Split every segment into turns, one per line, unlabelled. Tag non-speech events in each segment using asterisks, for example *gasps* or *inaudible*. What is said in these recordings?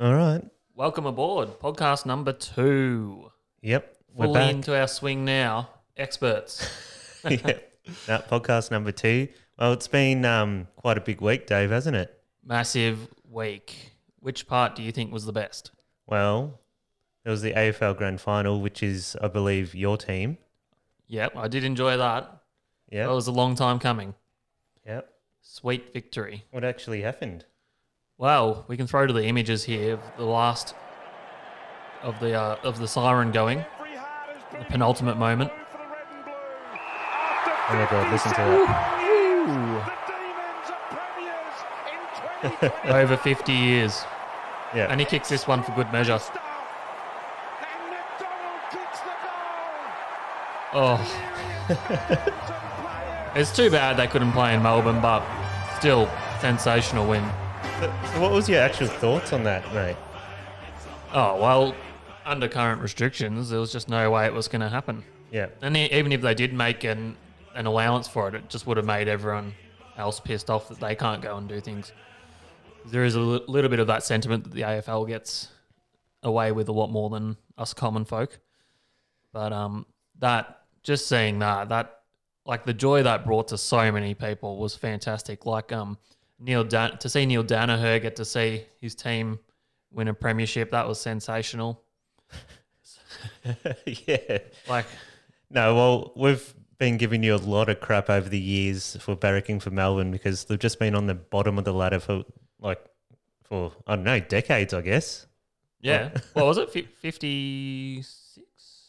All right.
Welcome aboard, podcast number two.
Yep. We're
Fully
back.
into our swing now, experts.
*laughs* yep. That podcast number two. Well, it's been um, quite a big week, Dave, hasn't it?
Massive week. Which part do you think was the best?
Well, it was the AFL Grand Final, which is, I believe, your team.
Yep, I did enjoy that.
Yeah.
That was a long time coming.
Yep.
Sweet victory.
What actually happened?
Well, we can throw to the images here of the last of the uh, of the siren going.
The
penultimate moment.
Oh
Oh my god! Listen to that. *laughs*
Over 50 years.
Yeah.
And he kicks *laughs* this one for good measure. Oh, it's too bad they couldn't play in Melbourne, but still, sensational win.
So what was your actual thoughts on that, mate?
Oh, well, under current restrictions, there was just no way it was going to happen.
Yeah. *laughs*
And e- even if they did make an, an allowance for it, it just would have made everyone else pissed off that they can't go and do things. There is a li- little bit of that sentiment that the AFL gets away with a lot more than us common folk. But um, that just seeing that that like the joy that brought to so many people was fantastic. Like um, Neil Dan- to see Neil Danaher get to see his team win a premiership that was sensational.
yeah.
Like
No, well, we've been giving you a lot of crap over the years for barracking for Melbourne because they've just been on the bottom of the ladder for like for I don't know decades, I guess.
Yeah. *laughs* what was it? Fifty six?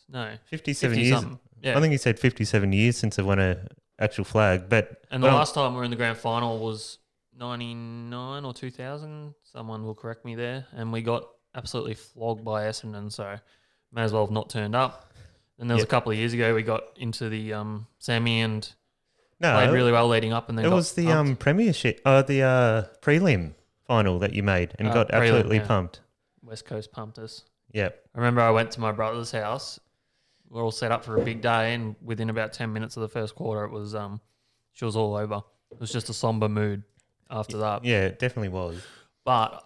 No.
Fifty-seven
50
years.
something. Yeah.
I think he said fifty-seven years since they've won a actual flag, but
and the
well,
last time we were in the grand final was ninety nine or two thousand. Someone will correct me there. And we got absolutely flogged by Essendon, so may as well have not turned up. And there was
Yeah.
a couple of years ago we got into the um, semi and
no,
played really well leading up, and then
Oh. it
got
was the
pumped.
um premiership, uh, the uh prelim final that you made and
Uh,
got
prelim,
absolutely
yeah.
pumped.
West Coast pumped us.
Yep.
I remember I went to my brother's house. We are all set up for a big day, and within about ten minutes of the first quarter, it was um, she was all over. It was just a somber mood after that.
Yeah, it definitely was.
But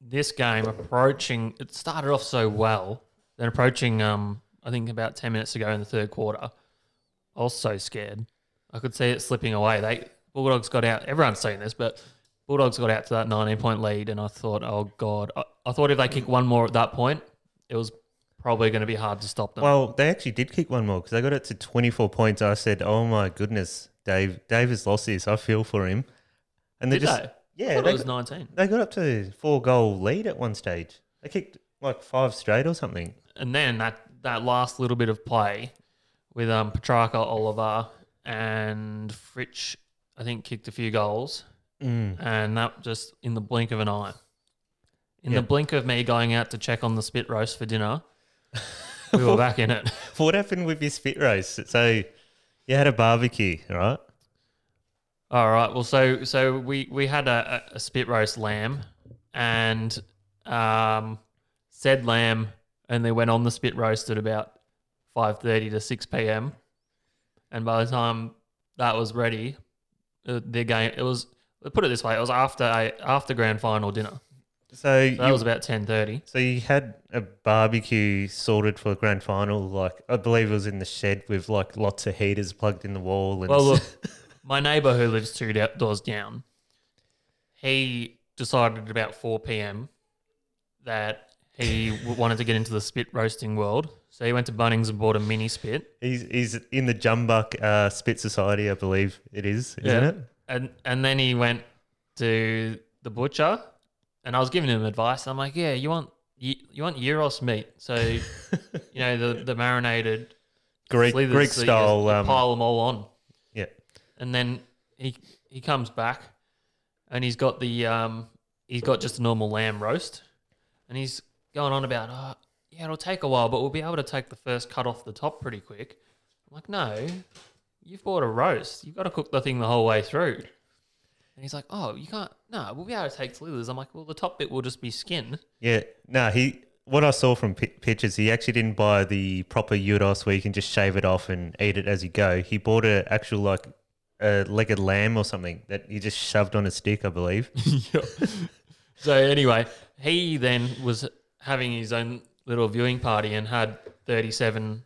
this game approaching, it started off so well. Then approaching, um, I think about ten minutes ago in the third quarter, I was so scared. I could see it slipping away. They Bulldogs got out. Everyone's seen this, but Bulldogs got out to that nineteen point lead, and I thought, oh god, I, I thought if they kick one more at that point, it was probably going to be hard to stop them.
Well, they actually did kick one more because they got it to 24 points. I said, "Oh my goodness, Dave! Dave has lost this. I feel for him." And they
Did
just
they? I
yeah,
thought
they,
it was
got-
nineteen,
they got up to four goal lead at one stage. They kicked like five straight or something. *laughs*
and then that that last little bit of play with um Petrarca, Oliver, and Fritch, I think kicked a few goals.
Mm.
and that just in the blink of an eye. In
Yeah.
the blink of me going out to check on the spit roast
*laughs*
for dinner, we were back in it.
What happened with your spit roast? So you had a barbecue, right?
All right. Well, so so we we had a, a a spit roast lamb, and um, said lamb only went on the spit roast at about five thirty to six p.m. And by the time that was ready, uh, their game it was. Put it this way: it was after a, after grand final dinner.
So
So that
you,
was about ten thirty.
so you had a barbecue sorted for the grand final. Like I believe it was in the shed with like lots of heaters plugged in the wall. And
Well, look, my neighbour who lives two da- doors down, he decided at about 4 p.m. that he w- wanted to get into the spit roasting world. So he went to Bunnings and bought a mini spit.
*laughs* He's, he's in the Jumbuck uh, Spit Society, I believe it is, isn't it?
And, and then he went to the butcher and I was giving him advice. I'm like, yeah, you want you, you want Euros meat.
*laughs*
So, you know, the, the marinated
Greek
slithers
Greek
that you
style.
just
um,
pile them all on.
yeah,
and then he he comes back and he's got the um he's got just a normal lamb roast and he's going on about oh, yeah it'll take a while but we'll be able to take the first cut off the top pretty quick i'm like no you've bought a roast you've got to cook the thing the whole way through and he's like oh you can't no we'll be able to take slithers i'm like well the top bit will just be skin
yeah. No, he. What I saw from pi- pictures, he actually didn't buy the proper udos where you can just shave it off and eat it as you go. He bought a actual like
*laughs*
a leg of lamb or something that he just shoved on a stick, I believe.
So anyway, he then was having his own little viewing party and had 37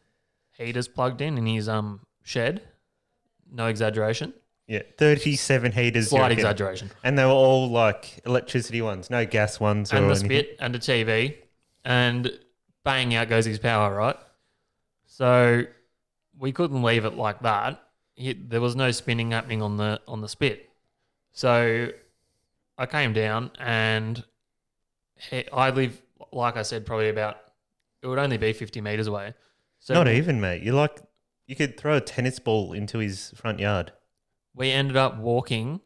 heaters plugged in in his um shed. No exaggeration.
Yeah, 37 heaters. you
Slight
reckon?
exaggeration.
And they were all like electricity ones, no gas ones.
and
or
the
anything.
spit and the TV, and bang out goes his power, right? So we couldn't leave it like that. He, there was no spinning happening on the on the spit. So I came down and he, I live, like I said, probably about it would only be fifty meters away. So
Not even, mate. You like, you could throw a tennis ball into his front
*laughs*
yard.
we ended up walking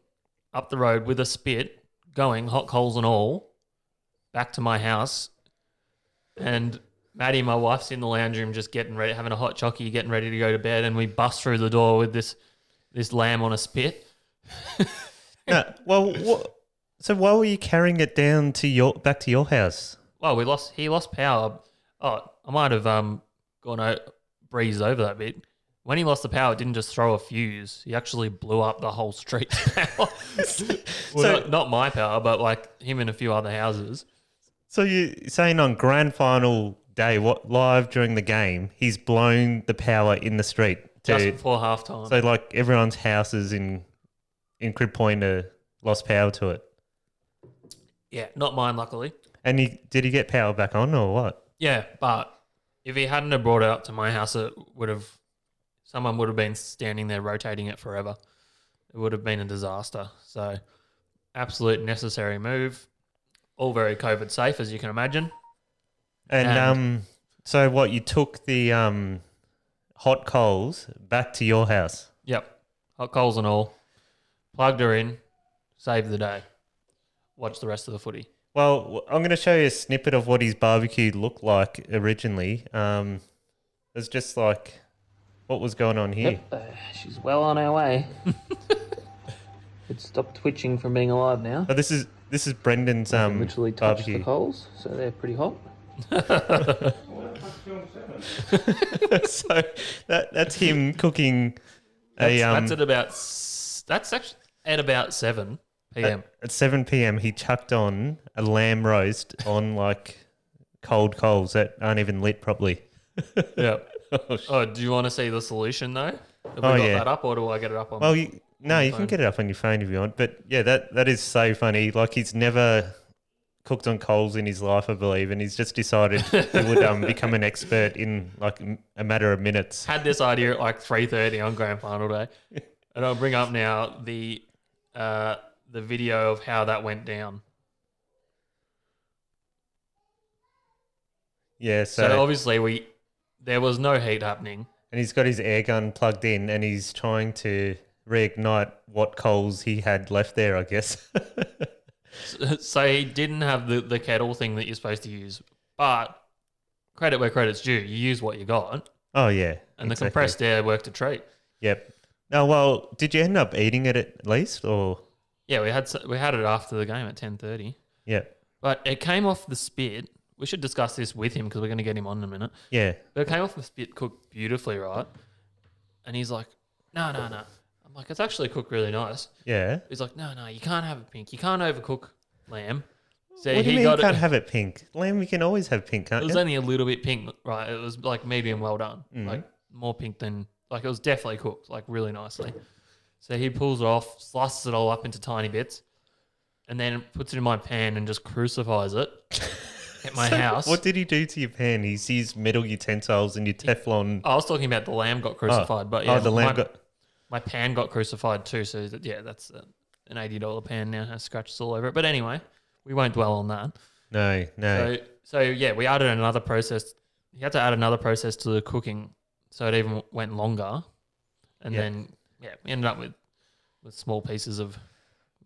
up the road with a spit, going hot coals and all, back to my house. And Maddie, my wife's in the lounge room, just getting ready, having a hot chockey, getting ready to go to bed. And we bust through the door with this this lamb on a spit.
No, well, what, so why were you carrying it down to your back to your house?
Well, we lost. He lost power. Oh, I might have um gone o- breezed over that bit. When he lost the power, it didn't just throw a fuse. He actually blew up the whole street. *laughs* well, not, not my power, but like him and a few other houses.
So you saying on grand final day, what live during the game, he's blown the power in the street
just
to
before halftime.
so like everyone's houses in in Crib Point are lost power to it.
yeah, not mine, luckily.
And he did he get power back on or what?
Yeah, but if he hadn't have brought it up to my house, it would have someone would have been standing there rotating it forever. It would have been a disaster. So, absolute necessary move. All very COVID safe, as you can imagine.
And,
And-
um, so what you took the um hot coals back to your house?
Yep, hot coals and all. Plugged her in, saved the day. Watch the rest of the footy.
Well, w- I'm going to show you a snippet of what his barbecue looked like originally. Um, it's just like what was going on here.
Uh, She's well on her way.
*laughs*
it stopped twitching from being alive now.
Oh, this is this is Brendan's um
Literally touched
barbecue.
the coals, so they're pretty hot.
*laughs* so that that's
*laughs*
him cooking a
That's,
um
that's at about s- that's actually at about seven p.m.
at 7 p.m. he chucked on a lamb roast on like cold coals that aren't even lit properly. *laughs*
Yeah. Oh, do you want to see the solution though? Have we
Oh,
got
yeah.
that up, or do I get it up on?
Well, Oh, you, no, you can get it up on your phone if you want. But yeah, that that is so funny. Like he's never cooked on coals in his life, I believe, and he's just decided he would
*laughs*
um, become an expert in like m- a matter of minutes.
*laughs* had this idea at like three thirty on grand
*laughs*
final day, and I'll bring up now the uh, the video of how that went down.
Yeah,
So,
so,
obviously we there was no heat happening. *laughs*
and he's got his air gun plugged in, and he's trying to reignite what coals he had left there, I guess. *laughs*
So he didn't have the, the kettle thing that you're supposed to use. But credit where credit's due, you use what you got,
oh yeah,
and the
exactly.
compressed air worked a treat.
Yep. No, well, did you end up eating it at least, or
Yeah, we had s- we had it after the game at ten thirty.
yep,
But it came off the spit. We should discuss this with him because we're going to get him on in a minute.
yeah.
But it came off the spit cooked beautifully, right? And he's like, no, no, no. I'm like, it's actually cooked really nice.
Yeah.
He's like, no, no, you can't have it pink. You can't overcook lamb. So
what do
he
you mean you
got
can't
it.
have it pink? Lamb, you can always have pink,
it
can't
was
you?
only a little bit pink, right? It was like medium well done,
Mm-hmm.
like more pink than like it was definitely cooked, like really nicely. So he pulls it off, slices it all up into tiny bits, and then puts it in my pan and just
*laughs*
crucifies it at my house.
What did he do to your pan? He's used metal utensils and your Teflon.
I was talking about the lamb got crucified, but yeah,
oh, the lamb
my,
got.
my pan got crucified too. So that, yeah, that's uh an eighty dollar pan now has scratches all over it. But anyway, we won't dwell on that.
No, no.
So, so yeah, we added another process. You had to add another process to the cooking, so it even went longer. And
Yeah.
then yeah, we ended up with with small pieces of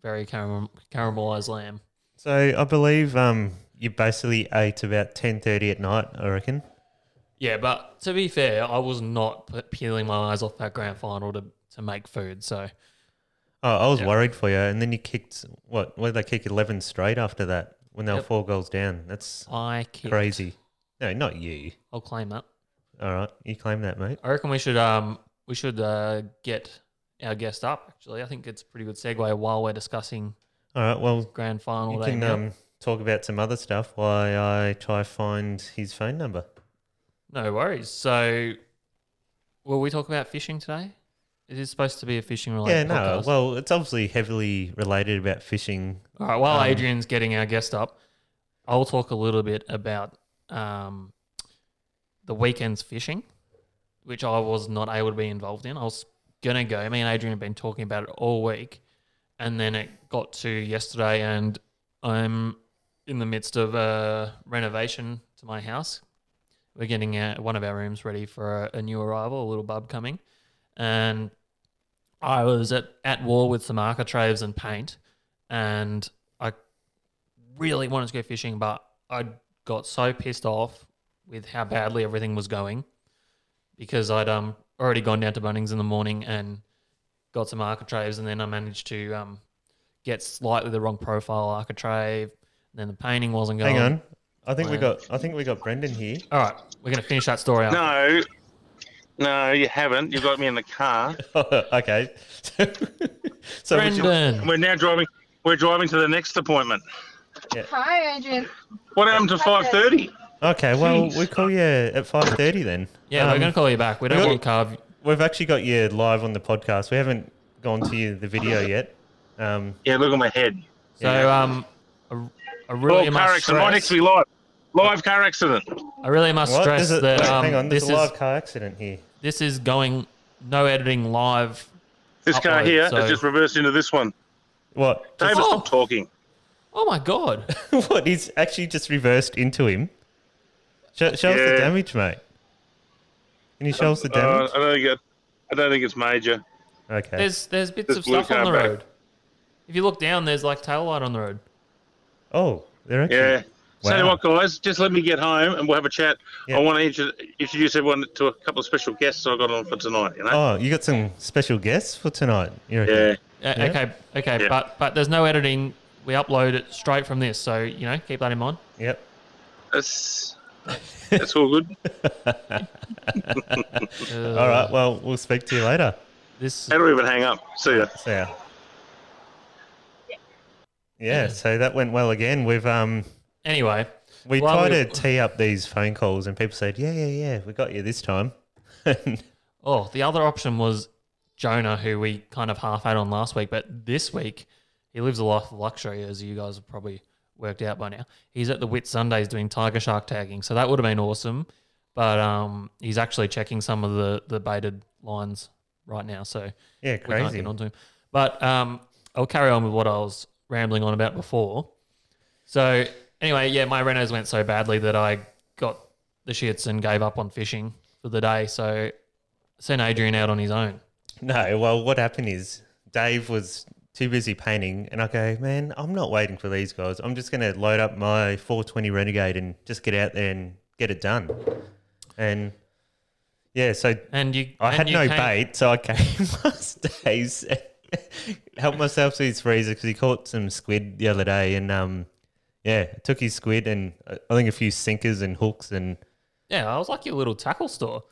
very caram- caramelized lamb.
So, I believe um, you basically ate about ten thirty at night. I reckon.
Yeah, but to be fair, I was not pe- peeling my eyes off that grand final to to make food. So
Oh, I was
Yeah.
worried for you, and then you kicked what? What did they kick? Eleven straight after that when they were
Yep.
four goals down. That's
I kicked.
crazy. No, not you.
I'll claim that.
All right, you claim that, mate.
I reckon we should um we should uh, get our guest up. Actually, I think it's a pretty good segue while we're discussing
All right, well,
grand final
you
day.
can
now.
um, talk about some other stuff while I try find his phone number.
No worries. So, will we talk about fishing today? It is supposed to be a fishing
yeah,
related
no.
podcast.
Well, it's obviously heavily related about fishing.
All right. While
Um,
Adrian's getting our guest up, I'll talk a little bit about um, the weekend's fishing, which I was not able to be involved in. I was gonna go. Me and Adrian have been talking about it all week, and then it got to yesterday, and I'm in the midst of a renovation to my house. We're getting uh one of our rooms ready for a, a new arrival, a little bub coming, and I was at, at war with some architraves and paint and I really wanted to go fishing, but I got so pissed off with how badly everything was going because I'd um already gone down to Bunnings in the morning and got some architraves, and then I managed to um get slightly the wrong profile architrave. and Then the painting wasn't going.
Hang on, I think we
Wow.
got I think we got Brendan here. *laughs*
All right, we're gonna finish that story up.
No, no, you haven't. You got me in
*laughs*
the car.
okay, so, so would you-
Brendan.
We're now driving. We're driving to the next appointment.
Hi, Adrian.
What happened to five thirty?
okay, well
Jeez.
we call you at five thirty then.
Yeah,
Um,
we're gonna call you back. We don't
got-
want carve.
We've actually got you live on the podcast. We haven't gone to you the video yet. Um,
Yeah, look at my head.
So
Yeah.
um, I, I
Oh,
really
car
must
accident. Might
stress.
actually be live. Live car accident.
I really must
what?
stress
There's a-
that
wait,
um,
hang on, there's
this
a live
is
car accident here.
this is going no editing live.
This car
Upload,
here
so-
has just reversed into this one.
What? *laughs*
David,
Oh.
stop talking.
Oh my god!
what? He's actually just reversed into him. Show, show us the
Yeah.
damage, mate. Can you show us the
Uh,
damage?
I don't think it, I don't think it's major.
okay.
There's there's bits
This
of
blue
stuff on
car
the
back.
road. If you look down, there's like tail light on the road.
Oh, they're actually.
Yeah. So you
Wow.
what, guys, just let me get home and we'll have a chat.
Yeah.
I want to intro- introduce everyone to a couple of special guests I got on for tonight. You know.
Oh, you got some special guests for tonight. You reckon?
Yeah.
Uh,
Yeah.
Okay, okay,
Yeah.
but but there's no editing. We upload it straight from this, so you know keep that in mind.
Yep.
That's that's all good.
All right. Well, we'll speak to you later.
Uh, This
How do we even hang up? See ya.
So, yeah. Yeah. So that went well again. We've um
anyway.
we
While
try to
we-
tee up these phone calls, and people said, "Yeah, yeah, yeah, we got you this time." *laughs*
Oh, the other option was Jonah, who we kind of half had on last week, but this week he lives a life of luxury, as you guys have probably worked out by now. He's at the Whit Sundays doing tiger shark tagging, so that would have been awesome. But um, he's actually checking some of the the baited lines right now, so
yeah,
we can't
crazy.
get onto him. But um, I'll carry on with what I was rambling on about before. So anyway, yeah, my renos went so badly that I got the shits and gave up on fishing for the day. So sent Adrian out on his own.
No, well, what happened is Dave was too busy painting, and I go, man, I'm not waiting for these guys. I'm just going to load up my 420 Renegade and just get out there and get it done. And yeah, so
And you,
I
and
had
you
no
came-
bait, so I came *laughs* last days, *laughs* helped myself to his freezer because he caught some squid the other day, and um, yeah, took his squid and uh, I think a few sinkers and hooks and
Yeah, I was like your little tackle store.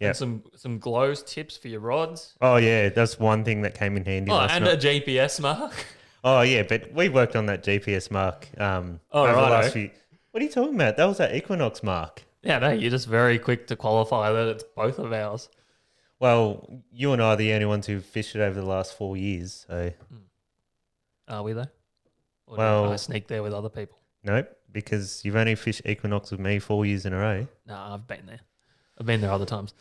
Yeah.
And some some glows tips for your rods.
oh yeah, that's one thing that came in handy.
Oh,
last
and
night.
a GPS mark. *laughs*
Oh yeah, but we worked on that GPS mark. Um,
Oh,
over the
righto.
last few- What are you talking about? That was that Equinox mark.
yeah, no, you're just very quick to qualify that it's both of ours.
Well, you and I are the only ones who've fished it over the last four years. So
Are we though? Or did
Well-
I sneak there with other people?
nope, because you've only fished Equinox with me four years in a row.
No, I've been there. I've been there other times.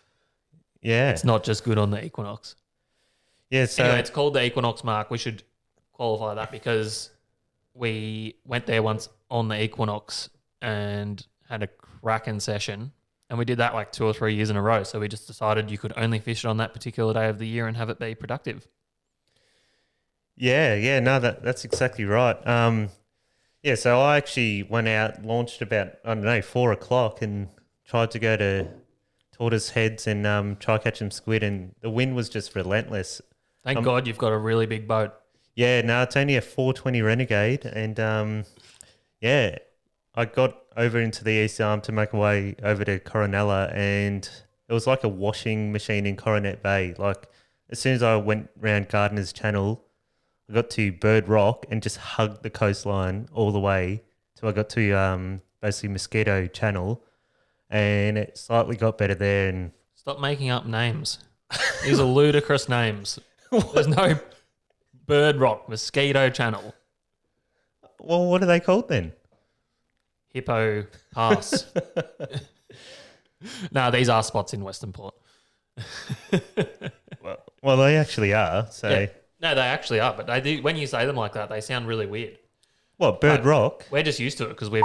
Yeah,
It's not just good on the equinox.
yeah. So
anyway, it's called the equinox mark. We should qualify that because we went there once on the equinox and had a cracking session. And we did that like two or three years in a row. So we just decided you could only fish it on that particular day of the year and have it be productive.
Yeah, yeah, no, that that's exactly right. Um, yeah, so I actually went out, launched about I don't know four o'clock, and tried to go to Tortoise Heads and um, try catch some squid, and the wind was just relentless.
Thank God you've got a really big boat.
Yeah, no, it's only a 420 Renegade, and um, yeah, I got over into the E east arm to make my way over to Coronella, and it was like a washing machine in Coronet Bay. Like as soon as I went round Gardener's Channel, I got to Bird Rock and just hugged the coastline all the way So I got to um, basically Mosquito Channel, and it slightly got better there. And
Stop making up names. *laughs* These are ludicrous names. There's no Bird Rock, Mosquito Channel,
well, what are they called then?
Hippo Pass. *laughs* no, these are spots in Western Port.
Well, they actually are. So
Yeah. No, they actually are, but they do, when you say them like that, they sound really weird.
what? Bird
Right.
Rock.
We're just used to it because we've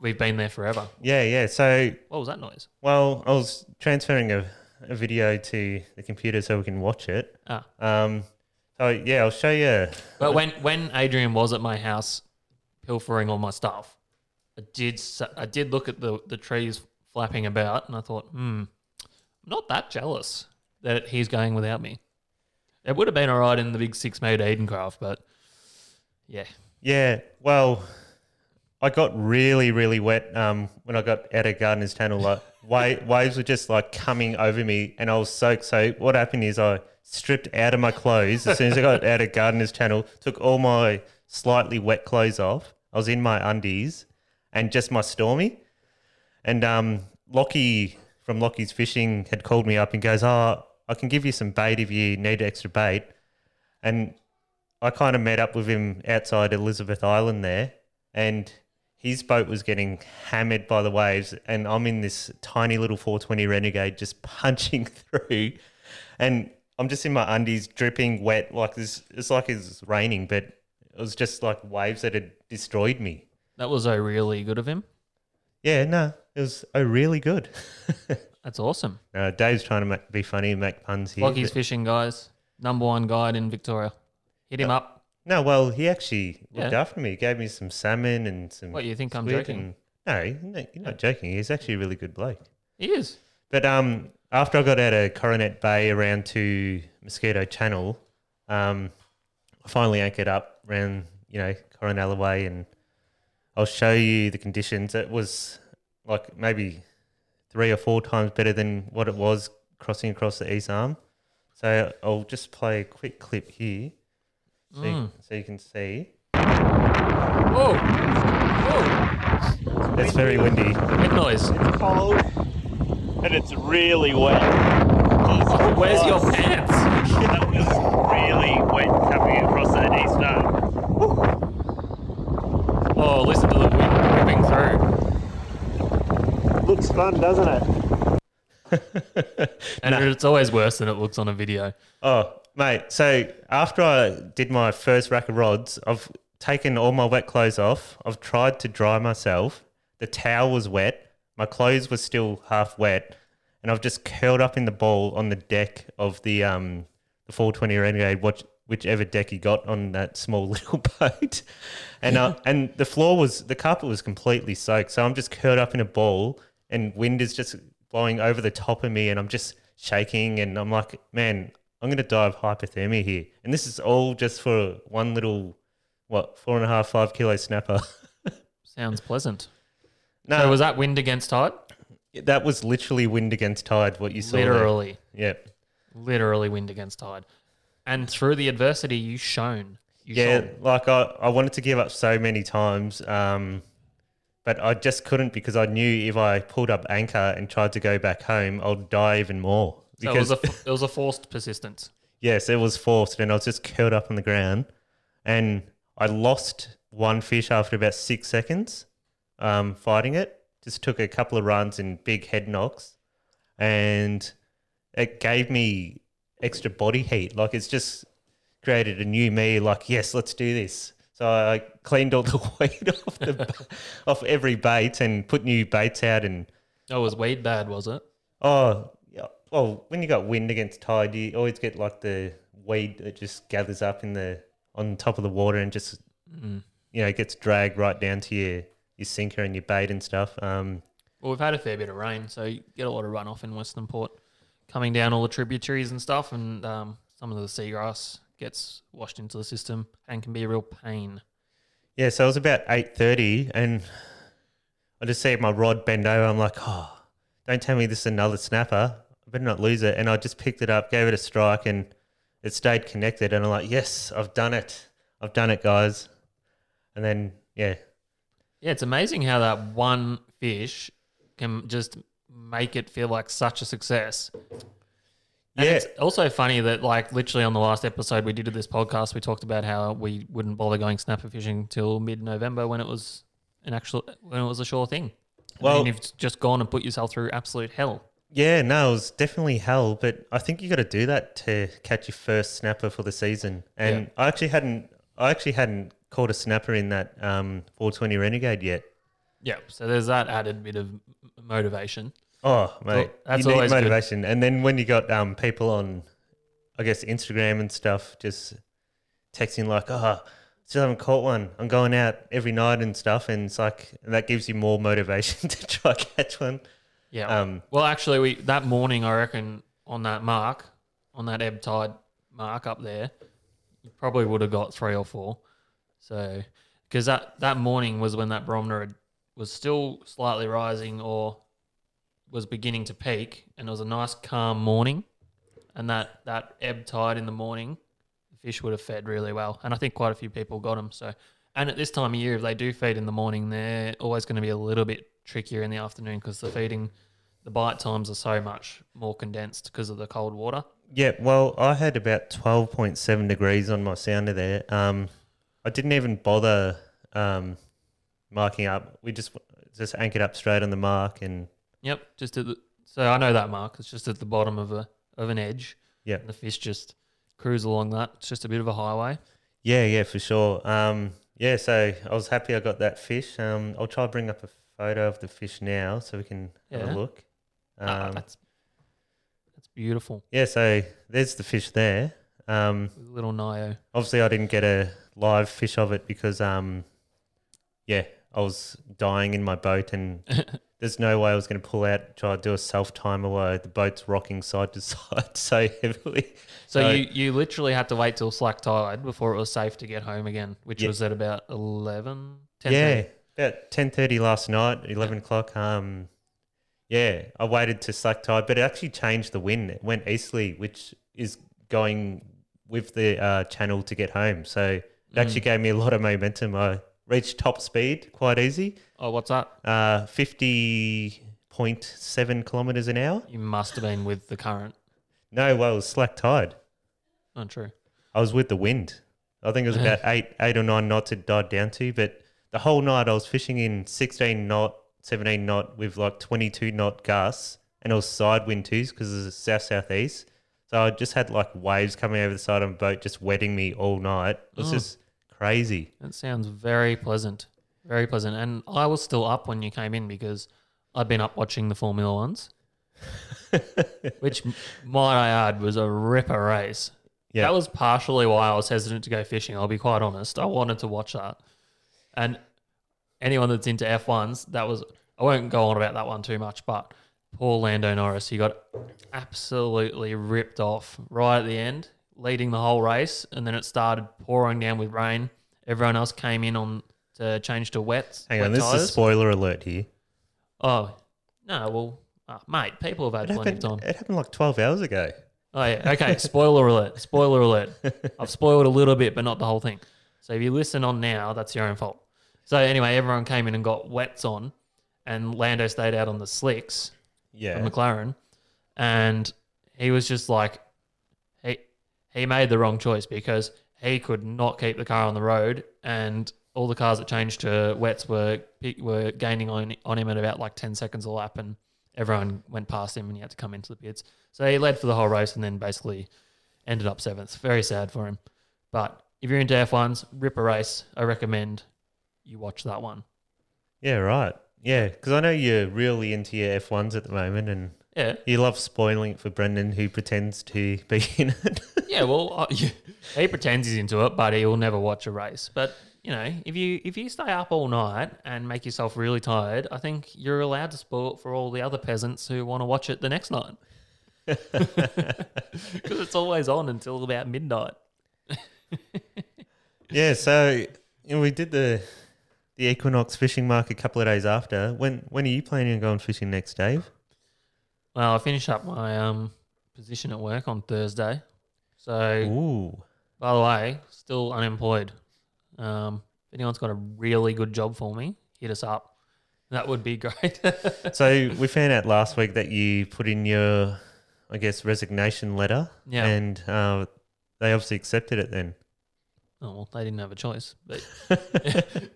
we've been there forever.
Yeah, yeah. So
What was that noise?
well, I was transferring a, a video to the computer so we can watch it.
Ah.
Um, so yeah, I'll show you.
But when when Adrian was at my house pilfering all my stuff, I did s- I did look at the the trees flapping about, and I thought, hmm, I'm not that jealous that he's going without me. It would have been all right in the big six made Edencraft, but yeah,
Yeah, well, I got really, really wet um, when I got out of Gardener's Channel. Like *laughs* wa- waves were just like coming over me, and I was soaked. So what happened is I stripped out of my clothes as soon as I got out of Gardener's Channel. Took all my slightly wet clothes off. I was in my undies and just my stormy. And um, Lockie from Lockie's Fishing had called me up and goes, "Oh, I can give you some bait if you need extra bait." And I kind of met up with him outside Elizabeth Island there, and his boat was getting hammered by the waves, and I'm in this tiny little 420 Renegade just *laughs* punching through, and I'm just in my undies, dripping wet, like this. It's like it's raining, but it was just like waves that had destroyed me.
that was oh really good of him.
Yeah, no, it was oh really good. *laughs*
That's awesome.
Uh, Dave's trying to make, be funny and make puns here.
Lockie's
but-
fishing guys, number one guide in Victoria. Hit him up.
No, well, he actually looked
Yeah.
after me. He gave me some salmon and some.
What, you think I'm
squid
joking?
and- no, you're not- you're not joking. He's actually a really good bloke.
He is.
But um, after I got out of Coronet Bay around to Mosquito Channel, um, I finally anchored up around you know Coronella Way, and I'll show you the conditions. It was like maybe three or four times better than what it was crossing across the East Arm. So I'll just play a quick clip here, so, you, so you can see.
Whoa, whoa,
It's very windy.
head noise.
cold and it's really wet.
Oh, where's your pants?
That was really wet coming across that east
*laughs*
arm.
Oh, listen to the wind whipping through.
Looks fun, doesn't it?
And it's always worse than it looks on a video.
Oh, mate. So after I did my first rack of rods, I've taken all my wet clothes off. I've tried to dry myself. The towel was wet. My clothes were still half wet. And I've just curled up in the ball on the deck of the um the 420 Renegade, which, whichever deck he got on that small *laughs* little boat. And uh, and the floor was the carpet was completely soaked. So I'm just curled up in a ball, and wind is just blowing over the top of me, and I'm just shaking, and I'm like, man, I'm gonna die of hypothermia here. And this is all just for one little, what, four and a half, five kilo snapper. *laughs*
Sounds pleasant.
no,
So was that wind against tide?
that was literally wind against tide. What you saw, there.
Literally,
Yep.
literally wind against tide. And through the adversity, you shone. You
Yeah,
shone.
like I, I wanted to give up so many times, um, but I just couldn't because I knew if I pulled up anchor and tried to go back home, I'll die even more.
So
Because
it was a it was a forced persistence.
yes, it was forced, and I was just curled up on the ground, and I lost one fish after about six seconds um, fighting it. Just took a couple of runs and big head knocks, and it gave me extra body heat. Like it's just created a new me. Like yes, let's do this. So I cleaned all the *laughs* weight off the *laughs* off every bait and put new baits out and
Oh, it was weed bad, was it?
Oh, yeah. Well, when you got wind against tide, you always get like the weed that just gathers up in the on top of the water and just you know gets dragged right down to your your sinker and your bait and stuff. Um,
Well, we've had a fair bit of rain, so you get a lot of runoff in Western Port, coming down all the tributaries and stuff, and um, some of the seagrass gets washed into the system and can be a real pain.
yeah, so it was about eight thirty, and I just see my rod bend over. I'm like, oh, don't tell me this is another snapper. I better not lose it. And I just picked it up, gave it a strike, and it stayed connected. And I'm like, yes, I've done it. I've done it, guys. And then yeah,
Yeah, it's amazing how that one fish can just make it feel like such a success. And
Yeah.
it's also funny that, like, literally on the last episode we did of this podcast, we talked about how we wouldn't bother going snapper fishing till mid-November when it was an actual when it was a sure thing. And
Well-
then you've just gone and put yourself through absolute hell.
Yeah, no, it was definitely hell, but I think you got to do that to catch your first snapper for the season. And
Yeah.
I actually hadn't, I actually hadn't caught a snapper in that um, 420 Renegade yet.
Yeah. So there's that added bit of m- motivation.
Oh, mate,
that's
you need
always good.
motivation. And then when you got um, people on, I guess Instagram and stuff, just texting like, "Oh, still haven't caught one. I'm going out every night and stuff," and it's like that gives you more motivation *laughs* to try catch one.
Yeah.
Um,
Well, actually, we that morning, I reckon, on that mark, on that ebb tide mark up there, you probably would have got three or four. So, because that, that morning was when that barometer had, was still slightly rising or was beginning to peak, and it was a nice calm morning, and that that ebb tide in the morning, the fish would have fed really well, and I think quite a few people got them. So, and at this time of year, if they do feed in the morning, they're always going to be a little bit trickier in the afternoon because the feeding the bite times are so much more condensed because of the cold water.
Yeah, well, I had about twelve point seven degrees on my sounder there. Um, I didn't even bother um, marking up. We just just anchored up straight on the mark, and
Yep, just at the, so I know that mark. It's just at the bottom of a of an edge.
Yeah.
and the fish just cruise along that. It's just a bit of a highway.
yeah, yeah, for sure. Um, yeah, so I was happy I got that fish. Um, I'll try to bring up a photo of the fish now so we can have a
Yeah.
look. Um,
Ah, that's that's beautiful,
yeah, so there's the fish there. Um,
little Nio.
obviously, I didn't get a live fish of it because, um, yeah, I was dying in my boat and there's no way I was going to pull out, try to do a self timer where the boat's rocking side to *laughs* side so heavily.
So
No.
you, you literally had to wait till slack tide before it was safe to get home again, which
Yeah.
was at about 11, 10
yeah, about ten thirty last night, eleven o'clock. Um, yeah, I waited to slack tide, but it actually changed the wind. It went easterly, which is going with the uh, channel to get home. So it actually gave me a lot of momentum. I reached top speed quite easy,
Oh, what's that?
uh, fifty point seven kilometers an hour.
You must have been with the current.
No, well, it was slack tide.
Not true.
I was with the wind. I think it was
*laughs*
about eight, eight or nine knots it died down to. But the whole night I was fishing in sixteen knot, seventeen knot with like twenty-two knot gusts, and it was side wind twos because it was south southeast. So I just had like waves coming over the side of my boat, just wetting me all night. It was
Oh.
just crazy.
That sounds very pleasant. Very pleasant. And I was still up when you came in because I'd been up watching the Formula Ones, which, m- might I add, was a ripper race.
Yeah.
That was partially why I was hesitant to go fishing. I'll be quite honest. I wanted to watch that. And anyone that's into F1s, that was, I won't go on about that one too much, but poor Lando Norris, he got absolutely ripped off right at the end, leading the whole race. And then it started pouring down with rain. Everyone else came in on to change to wet.
Hang
wet
on, this
tires.
is a spoiler alert here.
Oh, no, well, ah, mate, people have
It
had plenty of
happened,
time.
it happened like 12 hours ago.
Oh yeah. Okay. Spoiler alert. Spoiler alert. I've spoiled a little bit, but not the whole thing. So if you listen on now, that's your own fault. So anyway, everyone came in and got wets on, and Lando stayed out on the slicks
Yeah.
from McLaren, and he was just like, he he made the wrong choice because he could not keep the car on the road, and all the cars that changed to wets were were gaining on on him at about like ten seconds a lap, and everyone went past him, and he had to come into the pits. So he led for the whole race, and then basically ended up seventh. Very sad for him, but if you're into F1s, rip a race. I recommend you watch that one.
Yeah, right. Yeah, because I know you're really into your F1s at the moment and
Yeah,
You love spoiling it for Brendan, who pretends to be *laughs* in it.
Yeah, well, I, *laughs* he pretends he's into it, but he will never watch a race. But you know, if you if you stay up all night and make yourself really tired, I think you're allowed to spoil it for all the other peasants who want to watch it the next night. Because it's always on until about midnight.
yeah, so you know, we did the the Equinox fishing mark a couple of days after. When when are you planning on going fishing next, Dave?
Well, I finish up my um position at work on Thursday, so
Ooh,
By the way, still unemployed. Um, if anyone's got a really good job for me, hit us up. That would be great. *laughs*
So we found out last week that you put in your, I guess, resignation letter.
Yeah.
And uh, they obviously accepted it then.
Oh well, they didn't have a choice. But
*laughs*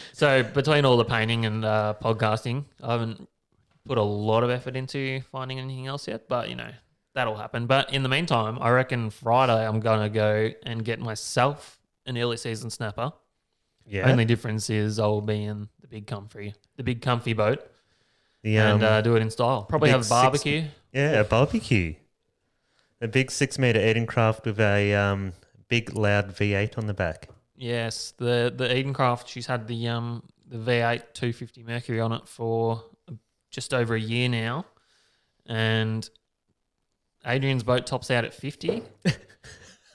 *laughs* so between all the painting and uh, podcasting, I haven't put a lot of effort into finding anything else yet. But you know that'll happen. But in the meantime, I reckon Friday I'm gonna go and get myself an early season snapper.
Yeah.
Only difference is I'll be in the big comfy, the big comfy boat,
the,
and uh, do it in style. Probably
Um, big
have a
six-
barbecue.
yeah, a barbecue. A big six meter Edencraft with a um, big loud V8 on the back.
Yes, the the Edencraft. She's had the um the V8 250 Mercury on it for just over a year now, and Adrian's boat tops out
*laughs*
at 50.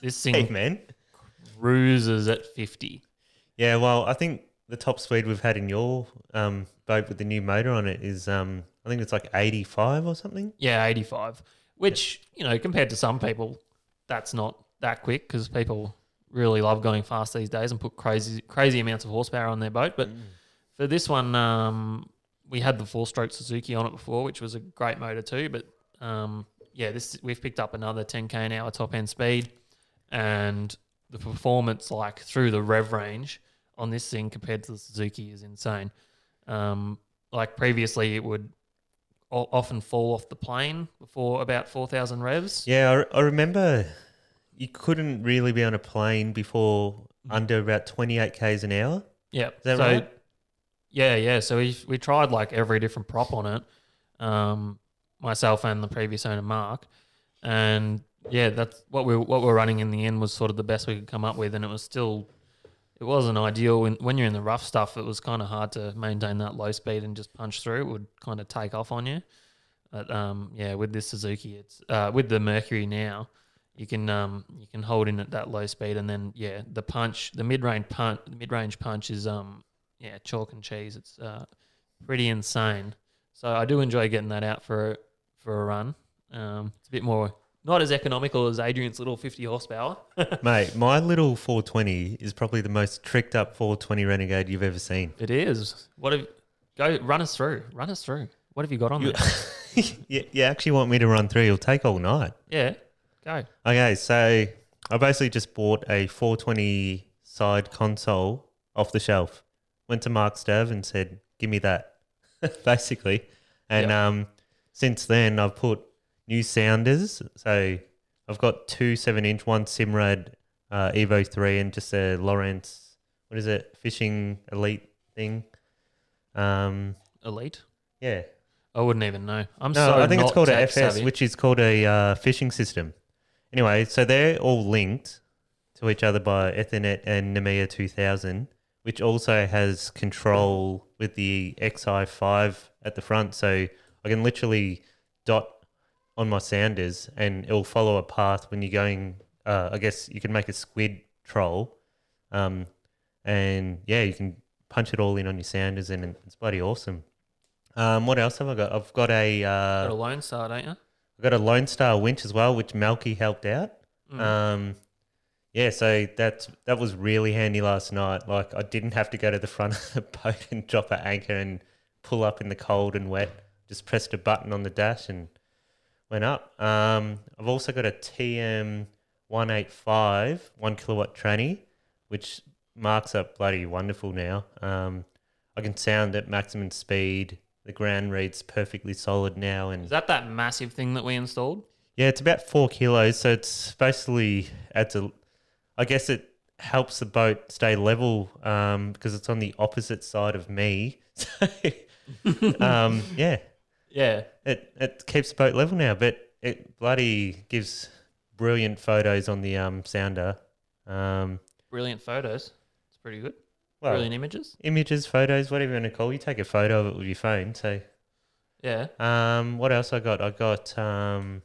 this
Hey,
thing
man.
cruises at 50.
Yeah, well, I think the top speed we've had in your um, boat with the new motor on it is, um, I think it's like 85 or something.
Yeah, 85. Which you know, compared to some people, that's not that quick because people really love going fast these days and put crazy crazy amounts of horsepower on their boat.
Mm.
But for this one, um, we had the four stroke Suzuki on it before, which was a great motor too. But um, yeah, this we've picked up another 10k an hour top end speed, and the performance like through the rev range on this thing compared to the Suzuki is insane. Um, like previously, it would o- often fall off the plane before about 4,000 revs.
Yeah, I, I remember you couldn't really be on a plane before under about 28 Ks an hour.
Yeah.
that
so,
right?
Yeah, yeah. So we we tried like every different prop on it, um, myself and the previous owner Mark, and yeah, that's what we what we're running in the end was sort of the best we could come up with, and it was still. It wasn't ideal when, when you're in the rough stuff. It was kind of hard to maintain that low speed and just punch through. It would kind of take off on you. But um, yeah, with this Suzuki, it's uh, with the Mercury now, you can um, you can hold in at that low speed, and then yeah, the punch, the mid range punch, the mid range punch is um, yeah, chalk and cheese. It's uh, pretty insane. So I do enjoy getting that out for for a run. Um, it's a bit more not as economical as Adrian's little fifty horsepower. *laughs*
Mate, my little 420 is probably the most tricked up 420 Renegade you've ever seen. *laughs*
it is. What have go run us through? Run us through. What have you got
*laughs*
on there?
you, you actually want me to run through? You'll take all night.
Yeah, go.
Okay, so I basically just bought a 420 side console off the shelf. Went to Mark Stav and said, "Give me that," *laughs* basically. And um, since then, I've put new sounders. So I've got two seven-inch, one Simrad uh, Evo three, and just a Lawrence. What is it? Fishing Elite thing. Um,
Elite.
yeah.
I wouldn't even know. I'm
No,
so
I think it's
not
called a
tech
FS,
savvy.
which is called a uh, phishing system. Anyway, so they're all linked to each other by Ethernet and Nemea 2000, which also has control with the XI5 at the front. So I can literally dot on my sounders and it'll follow a path when you're going. Uh, I guess you can make a squid troll. Um, and yeah, you can punch it all in on your sounders and it's bloody awesome. Um, what else have I got? I've got a uh,
Got a Lone Star, don't you?
I got a Lone Star winch as well, which Malky helped out. Um, yeah, so that's that was really handy last night. Like I didn't have to go to the front *laughs* of the boat and drop an anchor and pull up in the cold and wet. Just pressed a button on the dash and went up. Um, I've also got a TM one eight five one kilowatt tranny, which marks up bloody wonderful now. Um, I can sound at maximum speed. The ground reads perfectly solid now, and
Is that that massive thing that we installed?
yeah, it's about four kilos, so it's basically adds a. I guess it helps the boat stay level um, because it's on the opposite side of me. *laughs* So, um, yeah,
Yeah.
it it keeps the boat level now, but it bloody gives brilliant photos on the um, sounder. Um,
Brilliant photos. It's pretty good.
well,
Brilliant images.
images, photos, whatever you want to call. it. You take a photo of it with your phone, so
Yeah.
Um, what else I got? I got um.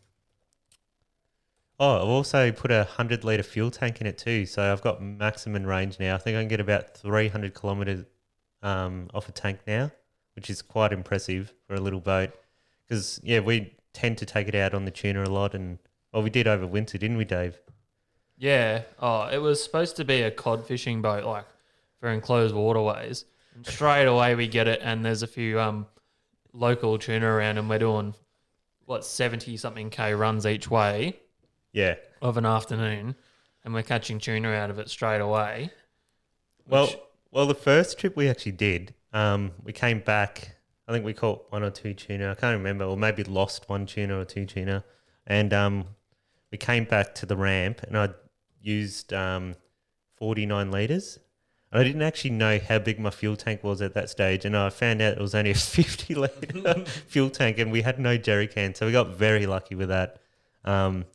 Oh, I've also put a hundred liter fuel tank in it too, so I've got maximum range now. I think I can get about three hundred kilometers um, off a tank now, which is quite impressive for a little boat. Because yeah, we tend to take it out on the tuna a lot, and well, we did over winter, didn't we, Dave?
Yeah. Oh, it was supposed to be a cod fishing boat, like for enclosed waterways. And straight away we get it, and there's a few um, local tuna around, and we're doing what seventy something k runs each way
Yeah.
of an afternoon, and we're catching tuna out of it straight away.
Well,
Which-
well, the first trip we actually did, um, we came back. I think we caught one or two tuna. I can't remember, or maybe lost one tuna or two tuna. And um, we came back to the ramp, and I used um, forty nine liters. And I didn't actually know how big my fuel tank was at that stage, and I found out it was only a *laughs* fifty liter fuel tank, and we had no jerry can, so we got very lucky with that. Um,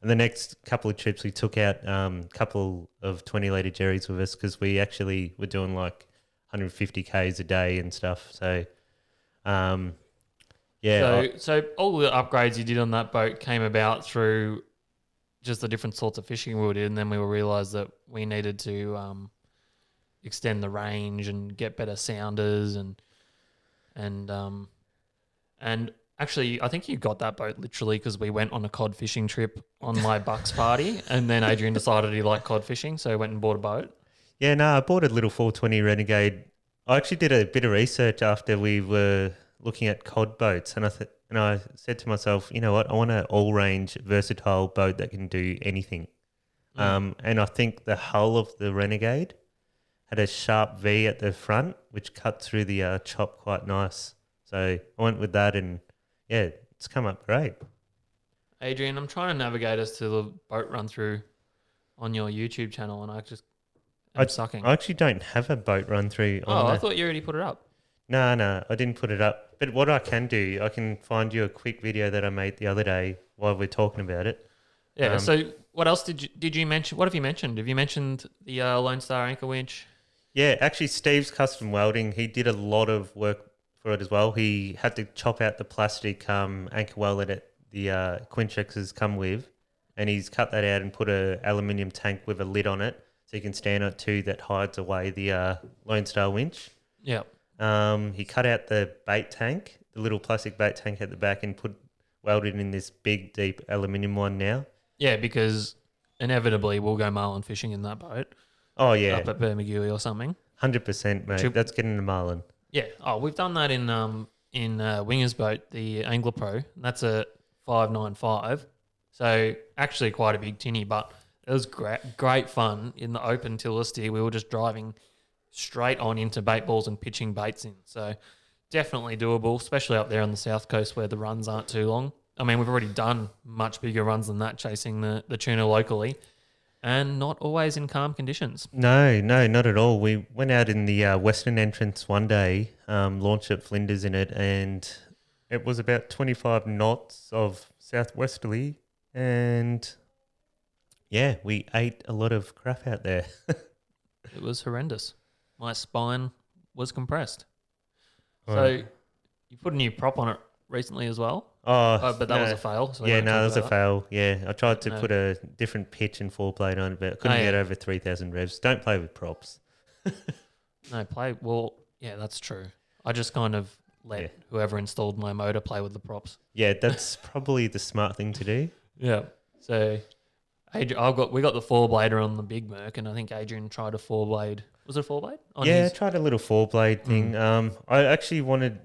and the next couple of trips, we took out a um, couple of 20 litre jerrys with us because we actually were doing like 150 Ks a day and stuff. So, um, yeah. I-
So, so all the upgrades you did on that boat came about through just the different sorts of fishing we did, and then we realized that we needed to um, extend the range and get better sounders and and um, and actually, I think you got that boat literally because we went on a cod fishing trip on my bucks
*laughs*
party, and then Adrian decided he liked cod fishing, so he went and bought a boat.
Yeah, no, I bought a little 420 Renegade. I actually did a bit of research after we were looking at cod boats, and I th- and I said to myself, you know what, I want an all range versatile boat that can do anything.
Mm.
Um, and I think the hull of the Renegade had a sharp V at the front, which cut through the uh, chop quite nice. So I went with that, and yeah, it's come up great.
Adrian, I'm trying to navigate us to the boat run through on your YouTube channel, and I just am
I-
sucking.
I actually don't have a boat run through. on
Oh, I
the-
thought you already put it up.
No, no, I didn't put it up. But what I can do, I can find you a quick video that I made the other day while we're talking about it.
Yeah.
Um,
so what else did you did you mention? What have you mentioned? Have you mentioned the uh, Lone Star anchor winch?
Yeah, actually, Steve's custom welding. He did a lot of work for it as well. He had to chop out the plastic um, anchor well that it, the uh, Quinchexes come with, and he's cut that out and put a aluminium tank with a lid on it, so you can stand on it too. That hides away the uh, Lone Star winch.
Yeah.
Um, he cut out the bait tank, the little plastic bait tank at the back, and put welded in this big, deep aluminium one now.
Yeah, because inevitably we'll go marlin fishing in that boat
Oh
up
yeah,
at Bermagui or something.
hundred percent, mate.
Should-
That's getting the marlin.
Yeah. Oh, we've done that in um in uh, Winger's boat, the Angler Pro. That's a five nine five. So actually quite a big tinny, but it was great great fun in the open Tillisty. We were just driving straight on into bait balls and pitching baits in. So definitely doable, especially up there on the south coast where the runs aren't too long. I mean, we've already done much bigger runs than that chasing the, the tuna locally and not always in calm conditions.
No, no, not at all. We went out in the uh, western entrance one day, um, launched at Flinders in it, and it was about twenty five knots of southwesterly, and yeah, we ate a lot of crap out there. *laughs*
It was horrendous. My spine was compressed. So
Right.
you put a new prop on it recently as well,
oh,
oh, but that was
no.
a fail. So we
yeah,
won't
no,
talk
that was a
about that.
fail. Yeah, I tried to
No.
put a different pitch and foreplate on it, but I couldn't
Oh, yeah.
get over 3,000 revs. Don't play with props.
No play. Well, yeah, that's true. I just kind of let
Yeah.
whoever installed my motor play with the props.
Yeah,
*laughs*
that's probably the smart thing to do.
Yeah. So, Adrian, I've got we got the four blader on the big Merc, and I think Adrian tried a four blade. Was it a four blade? On
yeah,
his- Hmm.
I tried a little foreplate thing. Um, I actually wanted,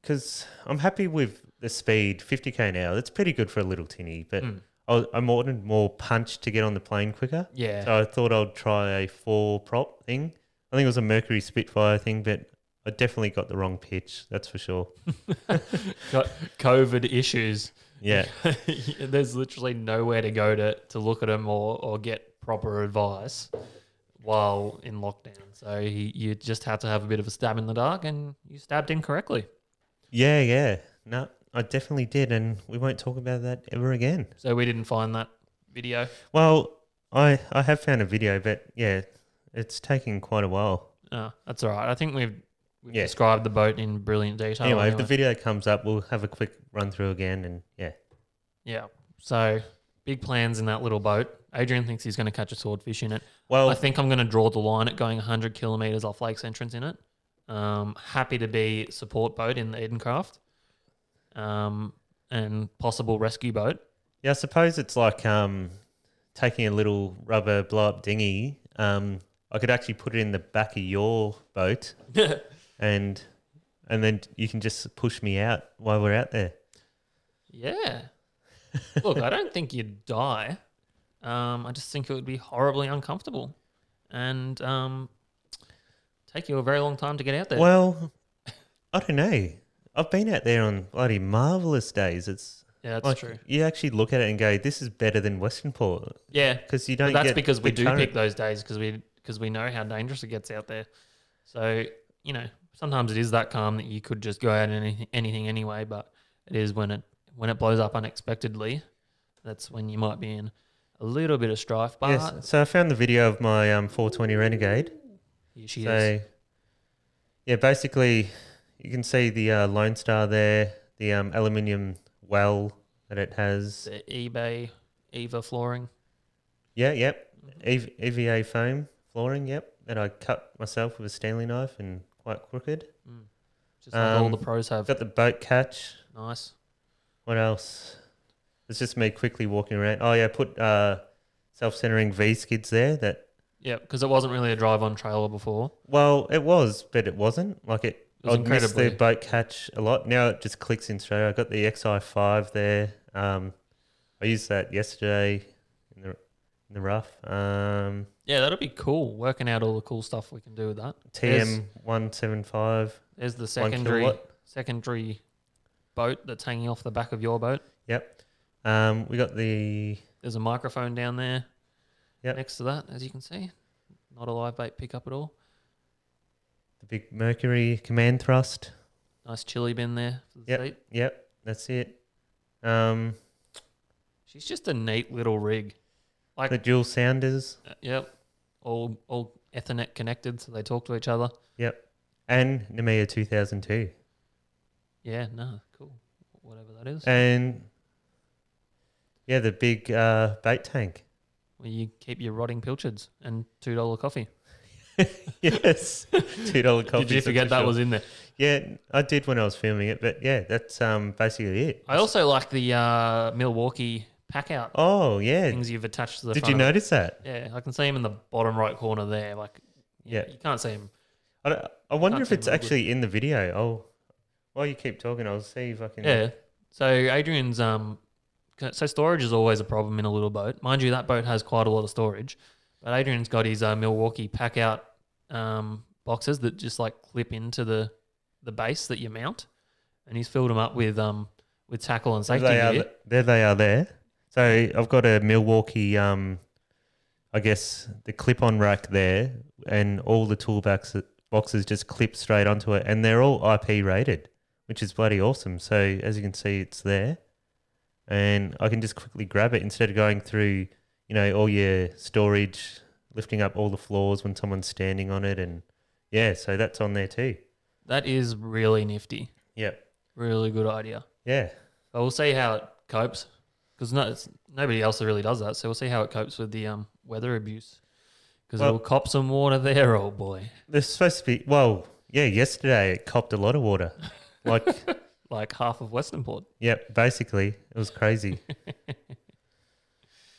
because I'm happy with the speed, 50k an hour. That's pretty good for a little tinny, but
Hmm.
I, was- I wanted more punch to get on the plane quicker.
Yeah.
So I thought I'd try a four prop thing. I think it was a Mercury Spitfire thing, but I definitely got the wrong pitch. That's for
*laughs*
sure.
got COVID issues.
Yeah.
*laughs* There's literally nowhere to go to, to look at him or, or get proper advice while in lockdown. So he, you just had to have a bit of a stab in the dark and you stabbed incorrectly.
Yeah, yeah. No, I definitely did, and we won't talk about that ever again.
So we didn't find that video.
Well, I I have found a video, but yeah, it's taking quite a while.
Uh, that's all right. I think we've, we've
Yeah.
described the boat in brilliant detail.
anyway, if
anyway.
the video comes up, we'll have a quick run through again, and yeah,
yeah. So big plans in that little boat. Adrian thinks he's going to catch a swordfish in it.
Well-
I think I'm going to draw the line at going 100 kilometers off Lake's entrance in it. Um, happy to be support boat in the Edencraft, um, and possible rescue boat.
yeah. I suppose it's like um taking a little rubber blow up dinghy um I could actually put it in the back of your
*laughs*
boat and and then you can just push me out while we're out there. *laughs*
yeah. Look, I don't think you'd die. Um, I just think it would be horribly uncomfortable, and um, take you a very long time to get out there.
Well, I don't know. I've been out there on bloody marvelous days. It's
yeah, that's
like
true.
you actually look at it and go, "This is better than Western Port,"
Yeah,
because you
But
don't.
that's
get
because we
the
do
current-
pick those days because we because we know how dangerous it gets out there. So you know, sometimes it is that calm that you could just go out and anything, anything anyway. But it is when it when it blows up unexpectedly, that's when you might be in a little bit of strife. But
Yes. So I found the video of my um, 420 Renegade.
here she is.
So, yeah, basically, you can see the uh, Lone Star there, the um, aluminium well that it has.
The eBay Eva flooring.
Yeah, yep. E- EVA foam flooring, yep. That I cut myself with a Stanley knife and quite crooked.
Just like all
Um,
the pros
I've
have.
got the boat catch.
nice.
What else? It's just me quickly walking around. Oh, yeah, I put uh, self centering V skids there that
Yeah, because it wasn't really a drive-on trailer before.
Well, it was, but it wasn't. Like it,
It was
I missed the
incredibly-
boat catch a lot. Now it just clicks in straight. I got the XI five there. Um, I used that yesterday in the in the rough. Um,
Yeah, that'll be cool. Working out all the cool stuff we can do with that. There's-
TM one seven five.
There's the secondary
kilowatt.
secondary boat that's hanging off the back of your boat.
Yep. Um, we got the
There's a microphone down there
Yep.
next to that, as you can see. Not a live bait pickup at all.
the big Mercury command thrust.
Nice chili bin there for the
Yep.
seat.
Yep, that's it. Um,
She's just a neat little rig. Like
the dual sounders.
uh, yep. All all Ethernet connected so they talk to each other.
Yep, and Nemea two thousand two.
Yeah, no, cool. Whatever that is.
and yeah, the big uh, bait tank. *laughs*
Where you keep your rotting pilchards and two dollar coffee.
Yes, *laughs* two dollar coffee.
Did you forget that was in there?
Yeah, I did when I was filming it, but yeah, that's um basically it.
I also like the uh, Milwaukee pack out
Oh yeah,
things you've attached to the
did
front
you
of it.
notice that?
Yeah, I can see him in the bottom right corner there. Like, yeah,
Yeah.
you can't see him.
I, don't- I wonder
Can't
if
see
it's
them all good.
actually in the video. Oh, while you keep talking, I'll see if I can.
Yeah. So Adrian's um, c- so storage is always a problem in a little boat, mind you. That boat has quite a lot of storage, but Adrian's got his uh, Milwaukee pack out um boxes that just like clip into the the base that you mount, and he's filled them up with um with tackle and
there
safety
they uh, are.
gear.
th- There they are. There. So I've got a Milwaukee. Um, I guess the clip-on rack there, and all the toolbox boxes just clip straight onto it, and they're all IP rated, which is bloody awesome. So as you can see, it's there, and I can just quickly grab it instead of going through, you know, all your storage, lifting up all the floors when someone's standing on it, and yeah, so that's on there too.
That is really nifty.
Yep.
Really good idea.
Yeah.
But we'll see how it copes because no, it's- nobody else really does that. So we'll see how it copes with the um, weather abuse because
Well-
it'll cop some water there, *laughs* old boy.
There's supposed to be well, yeah. Yesterday it copped a lot of water, like
Like half of Western Port.
yep. Basically, it was crazy.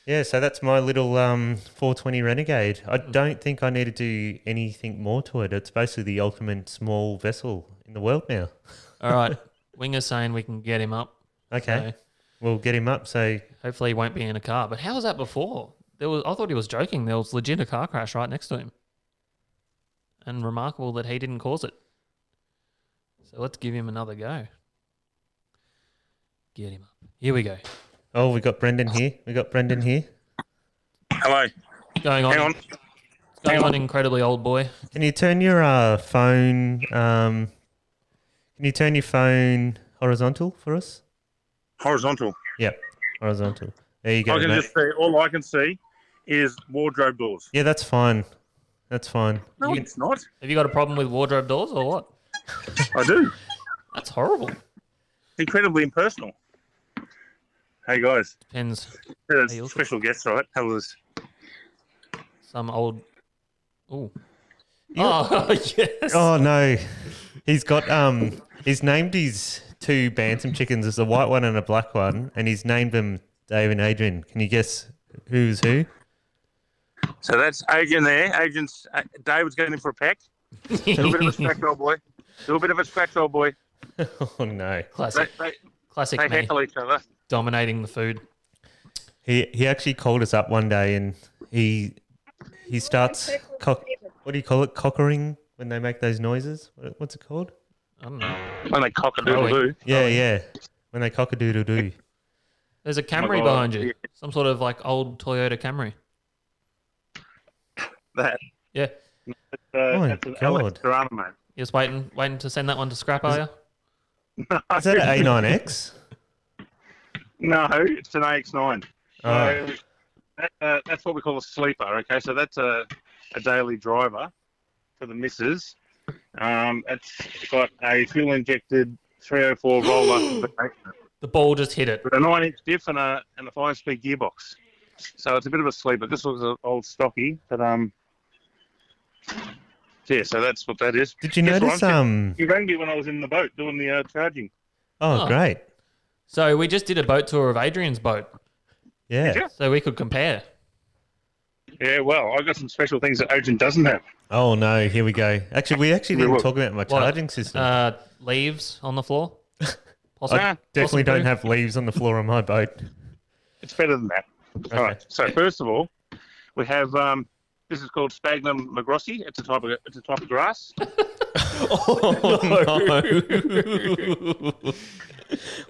yeah, so that's my little um 420 Renegade. I don't think I need to do anything more to it. It's basically the ultimate small vessel in the world now.
All right. Winger's saying we can get him up.
Okay,
So
we'll get him up. So
hopefully he won't be in a car. But how was that before? There was I thought he was joking. There was legit a car crash right next to him. And remarkable that he didn't cause it. So let's give him another go. Get him up. Here we go.
oh, we got Brendan here. We got Brendan here.
Hello.
Going on.
Hang on.
Going
Hang
on, incredibly old boy.
Can you turn your uh, phone? Um, can you turn your phone horizontal for us?
Horizontal.
Yep, horizontal. There you go.
I can
mate.
just see, all I can see is wardrobe doors.
Yeah, that's fine. That's fine.
No,
You-
it's not.
Have you got a problem with wardrobe doors or what?
I do.
That's horrible.
Incredibly impersonal. Hey, guys.
Depends.
That's
Hey, also-
special guest, right? That was
Some old. Ooh. Oh *laughs* yes.
Oh no, he's got um, he's named his two bantam chickens as a white one and a black one, and he's named them Dave and Adrian. Can you guess who's who?
So that's Adrian there. Adrian's uh, David's going in for a pack. Do a bit of
*laughs*
a scratch, old boy. Do a bit of a scratch, old boy.
*laughs* Oh no.
They,
*laughs* Classic,
they,
classic
they
me,
heckle each other.
dominating the food.
He he actually called us up one day and he he starts cock, what do you call it cockering when they make those noises? What- What's it called?
I don't know.
When they cock a doodle doo.
Yeah, yeah. When they cock a doodle doo.
There's a Camry
Oh God.
behind you.
Yeah.
Some sort of like old Toyota Camry.
That.
Yeah.
Uh,
Oh my
that's an Alex
God.
drama, mate.
You're just waiting, waiting to send that one to scrap, are you?
Is that an A9X?
*laughs* No, it's an AX9.
Oh,
So that, uh, that's what we call a sleeper. Okay, so that's a, a daily driver for the missus. Um, it's got a fuel injected 304 roller, *gasps* with
The ball just hit it.
a nine inch diff and a and a five speed uh, gearbox. So it's a bit of a sleeper. This was an old stocky, but um, yeah. So that's what that is.
did you
That's what
notice?
I'm saying.
Um.
You rang me when I was in the boat doing the uh, charging.
Oh,
Oh.
great.
So we just did a boat tour of Adrian's boat,
Yeah.
you?
so we could compare.
Yeah, well, I got some special things that Agent doesn't have.
Oh no, here we go. Actually, we actually didn't
Look.
talk about my
What?
charging system.
Uh, leaves on the
*laughs*
floor. Possi-
Nah.
Definitely
possibly.
don't have leaves on the floor on my boat.
It's better than that. All right. So first of all, we have um, this is called Sphagnum magrossi. It's a type of it's a type of grass.
Oh
*laughs*
*laughs*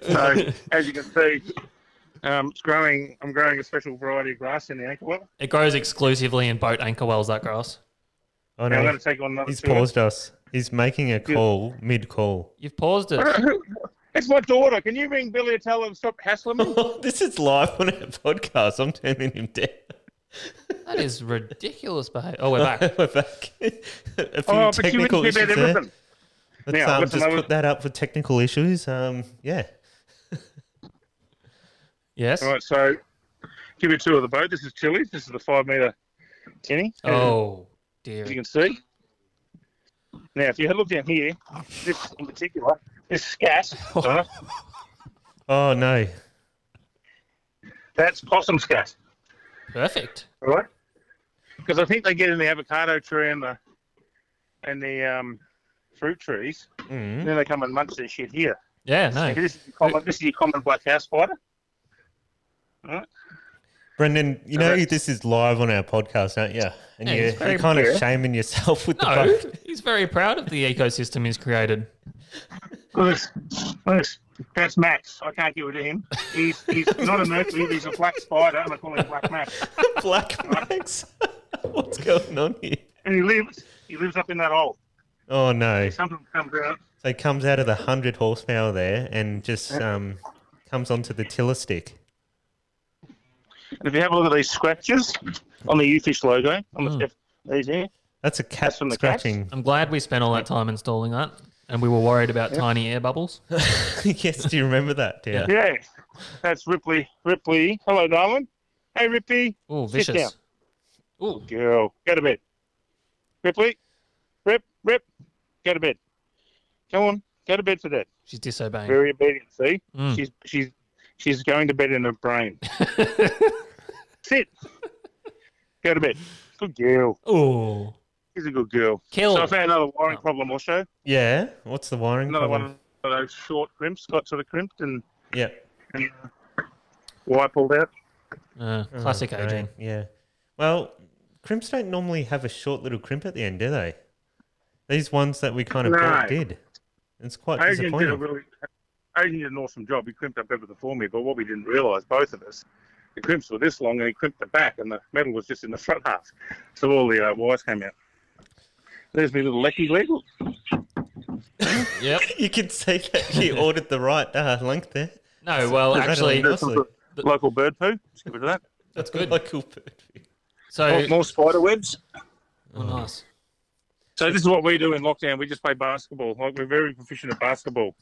So
*laughs*
as you can see, um, it's growing. I'm growing a special variety of grass in the anchor well.
It grows exclusively in boat anchor wells. That grass.
Oh
Now I'm going
no,
to take on another.
he's
tour.
paused us. He's making a call mid call. *laughs*
You've
*laughs*
paused it.
It's my daughter. Can you ring Billy and tell him to stop
*laughs*
hassling me?
this is live on our podcast. I'm turning him down.
That is ridiculous behavior. Oh, we're
*laughs*
*laughs*
back.
We're back. a few
oh, but you
technical
interrupted
issues there.
everything.
Let's
Now,
um,
listen,
just
I was-
put that up for technical issues. Um, yeah.
Yes.
All right. So give you a tour of the boat. This is Chili. This is the five meter tinny.
Oh
as you
dear.
can see. Now, if you had a look down here, this in particular, this scat, uh,
Oh no.
that's possum scat,
Perfect.
all right? Because I think they get in the avocado tree and the and the um, fruit trees,
Mm.
and then they come and munch their shit *laughs* here.
Yeah. No.
This is your common, this is your common black house spider.
Brendan, you know
Correct.
this is live on our podcast, don't you? And
Yeah,
you-
it's
you're,
very
kind
clear.
of shaming yourself *laughs* with the
No.
boat.
He's very proud of the ecosystem he's created.
Look, at this. Look at this. That's Max. I can't get rid of him. He's, he's not a mercury. He's a black spider. and I call him Black Max.
Black Max. *laughs* What's going on here?
And he lives. He lives up in that hole.
Oh no.
Something comes out.
So it comes out of the 100 horsepower there and just um, comes onto the tiller stick.
And if you have a look at these scratches on the U-Fish logo, on the
Mm.
left, these here,
That's a cat
That's from the
scratching. *laughs*
I'm glad we spent all that time installing that, and we were worried about tiny air
*laughs*
bubbles.
yes, do you remember that, dear?
yeah, that's Ripley. Ripley, hello, darling. Hey, Ripley,
Oh,
Sit down.
vicious. Oh,
girl, go to bed. Ripley, Rip, Rip, go to bed. Come on, go to bed for that.
she's disobeying.
Very obedient. See,
Mm.
she's she's she's going to bed in her brain. Sit. Go to bed. Good girl.
Oh,
She's a good girl.
kill.
So I found another wiring problem also.
Yeah. What's the wiring
Another
problem?
one of those short crimps, got sort of crimped and
Yeah.
wire pulled out.
Uh,
Oh,
classic
great.
aging.
Yeah. Well, crimps don't normally have a short little crimp at the end, do they? These ones that we kind of
No.
bought did. It's quite
Adrian did a
disappointing.
really, Adrian did an awesome job. He crimped up everything for me, but what we didn't realise, both of us, the crimps were this long, and he crimped the back, and the metal was just in the front half, so all the uh, wires came out. There's me little lecky leg.
Yep.
*laughs* You can see that *laughs* you ordered the right uh, length there.
No,
*laughs*
well,
Right on.
actually,
No.
There's some
Lovely.
lo- local bird poo. Let's get rid of that.
*laughs*
that's good.
Local bird feed.
So
More- More spider webs.
oh, nice.
So this is what we do in lockdown. We just play basketball. Like we're very proficient at basketball.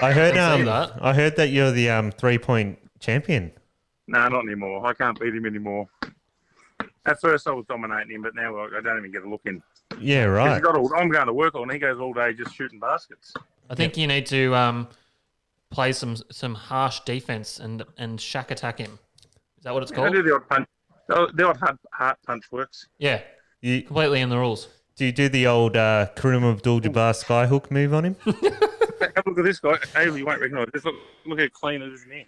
I heard
I've
um,
seen that.
I heard that you're the um, three point champion.
No, not anymore. I can't beat him anymore. At first, I was dominating him, but now I I don't even get a look in.
Yeah,
'Cause
right.
he's got all- I'm going to work on. He goes all day just shooting baskets.
I think you need to um, play some some harsh defense and and shack attack him. Is that what it's
I
called?
do the odd punch. The the odd heart, heart punch works.
Yeah,
You,
completely in the rules.
do you do the old uh, Karim Abdul-Jabbar skyhook move
*laughs*
on him?
Have a look at this guy. Ava, you won't recognise this. Look, look how clean it is in here.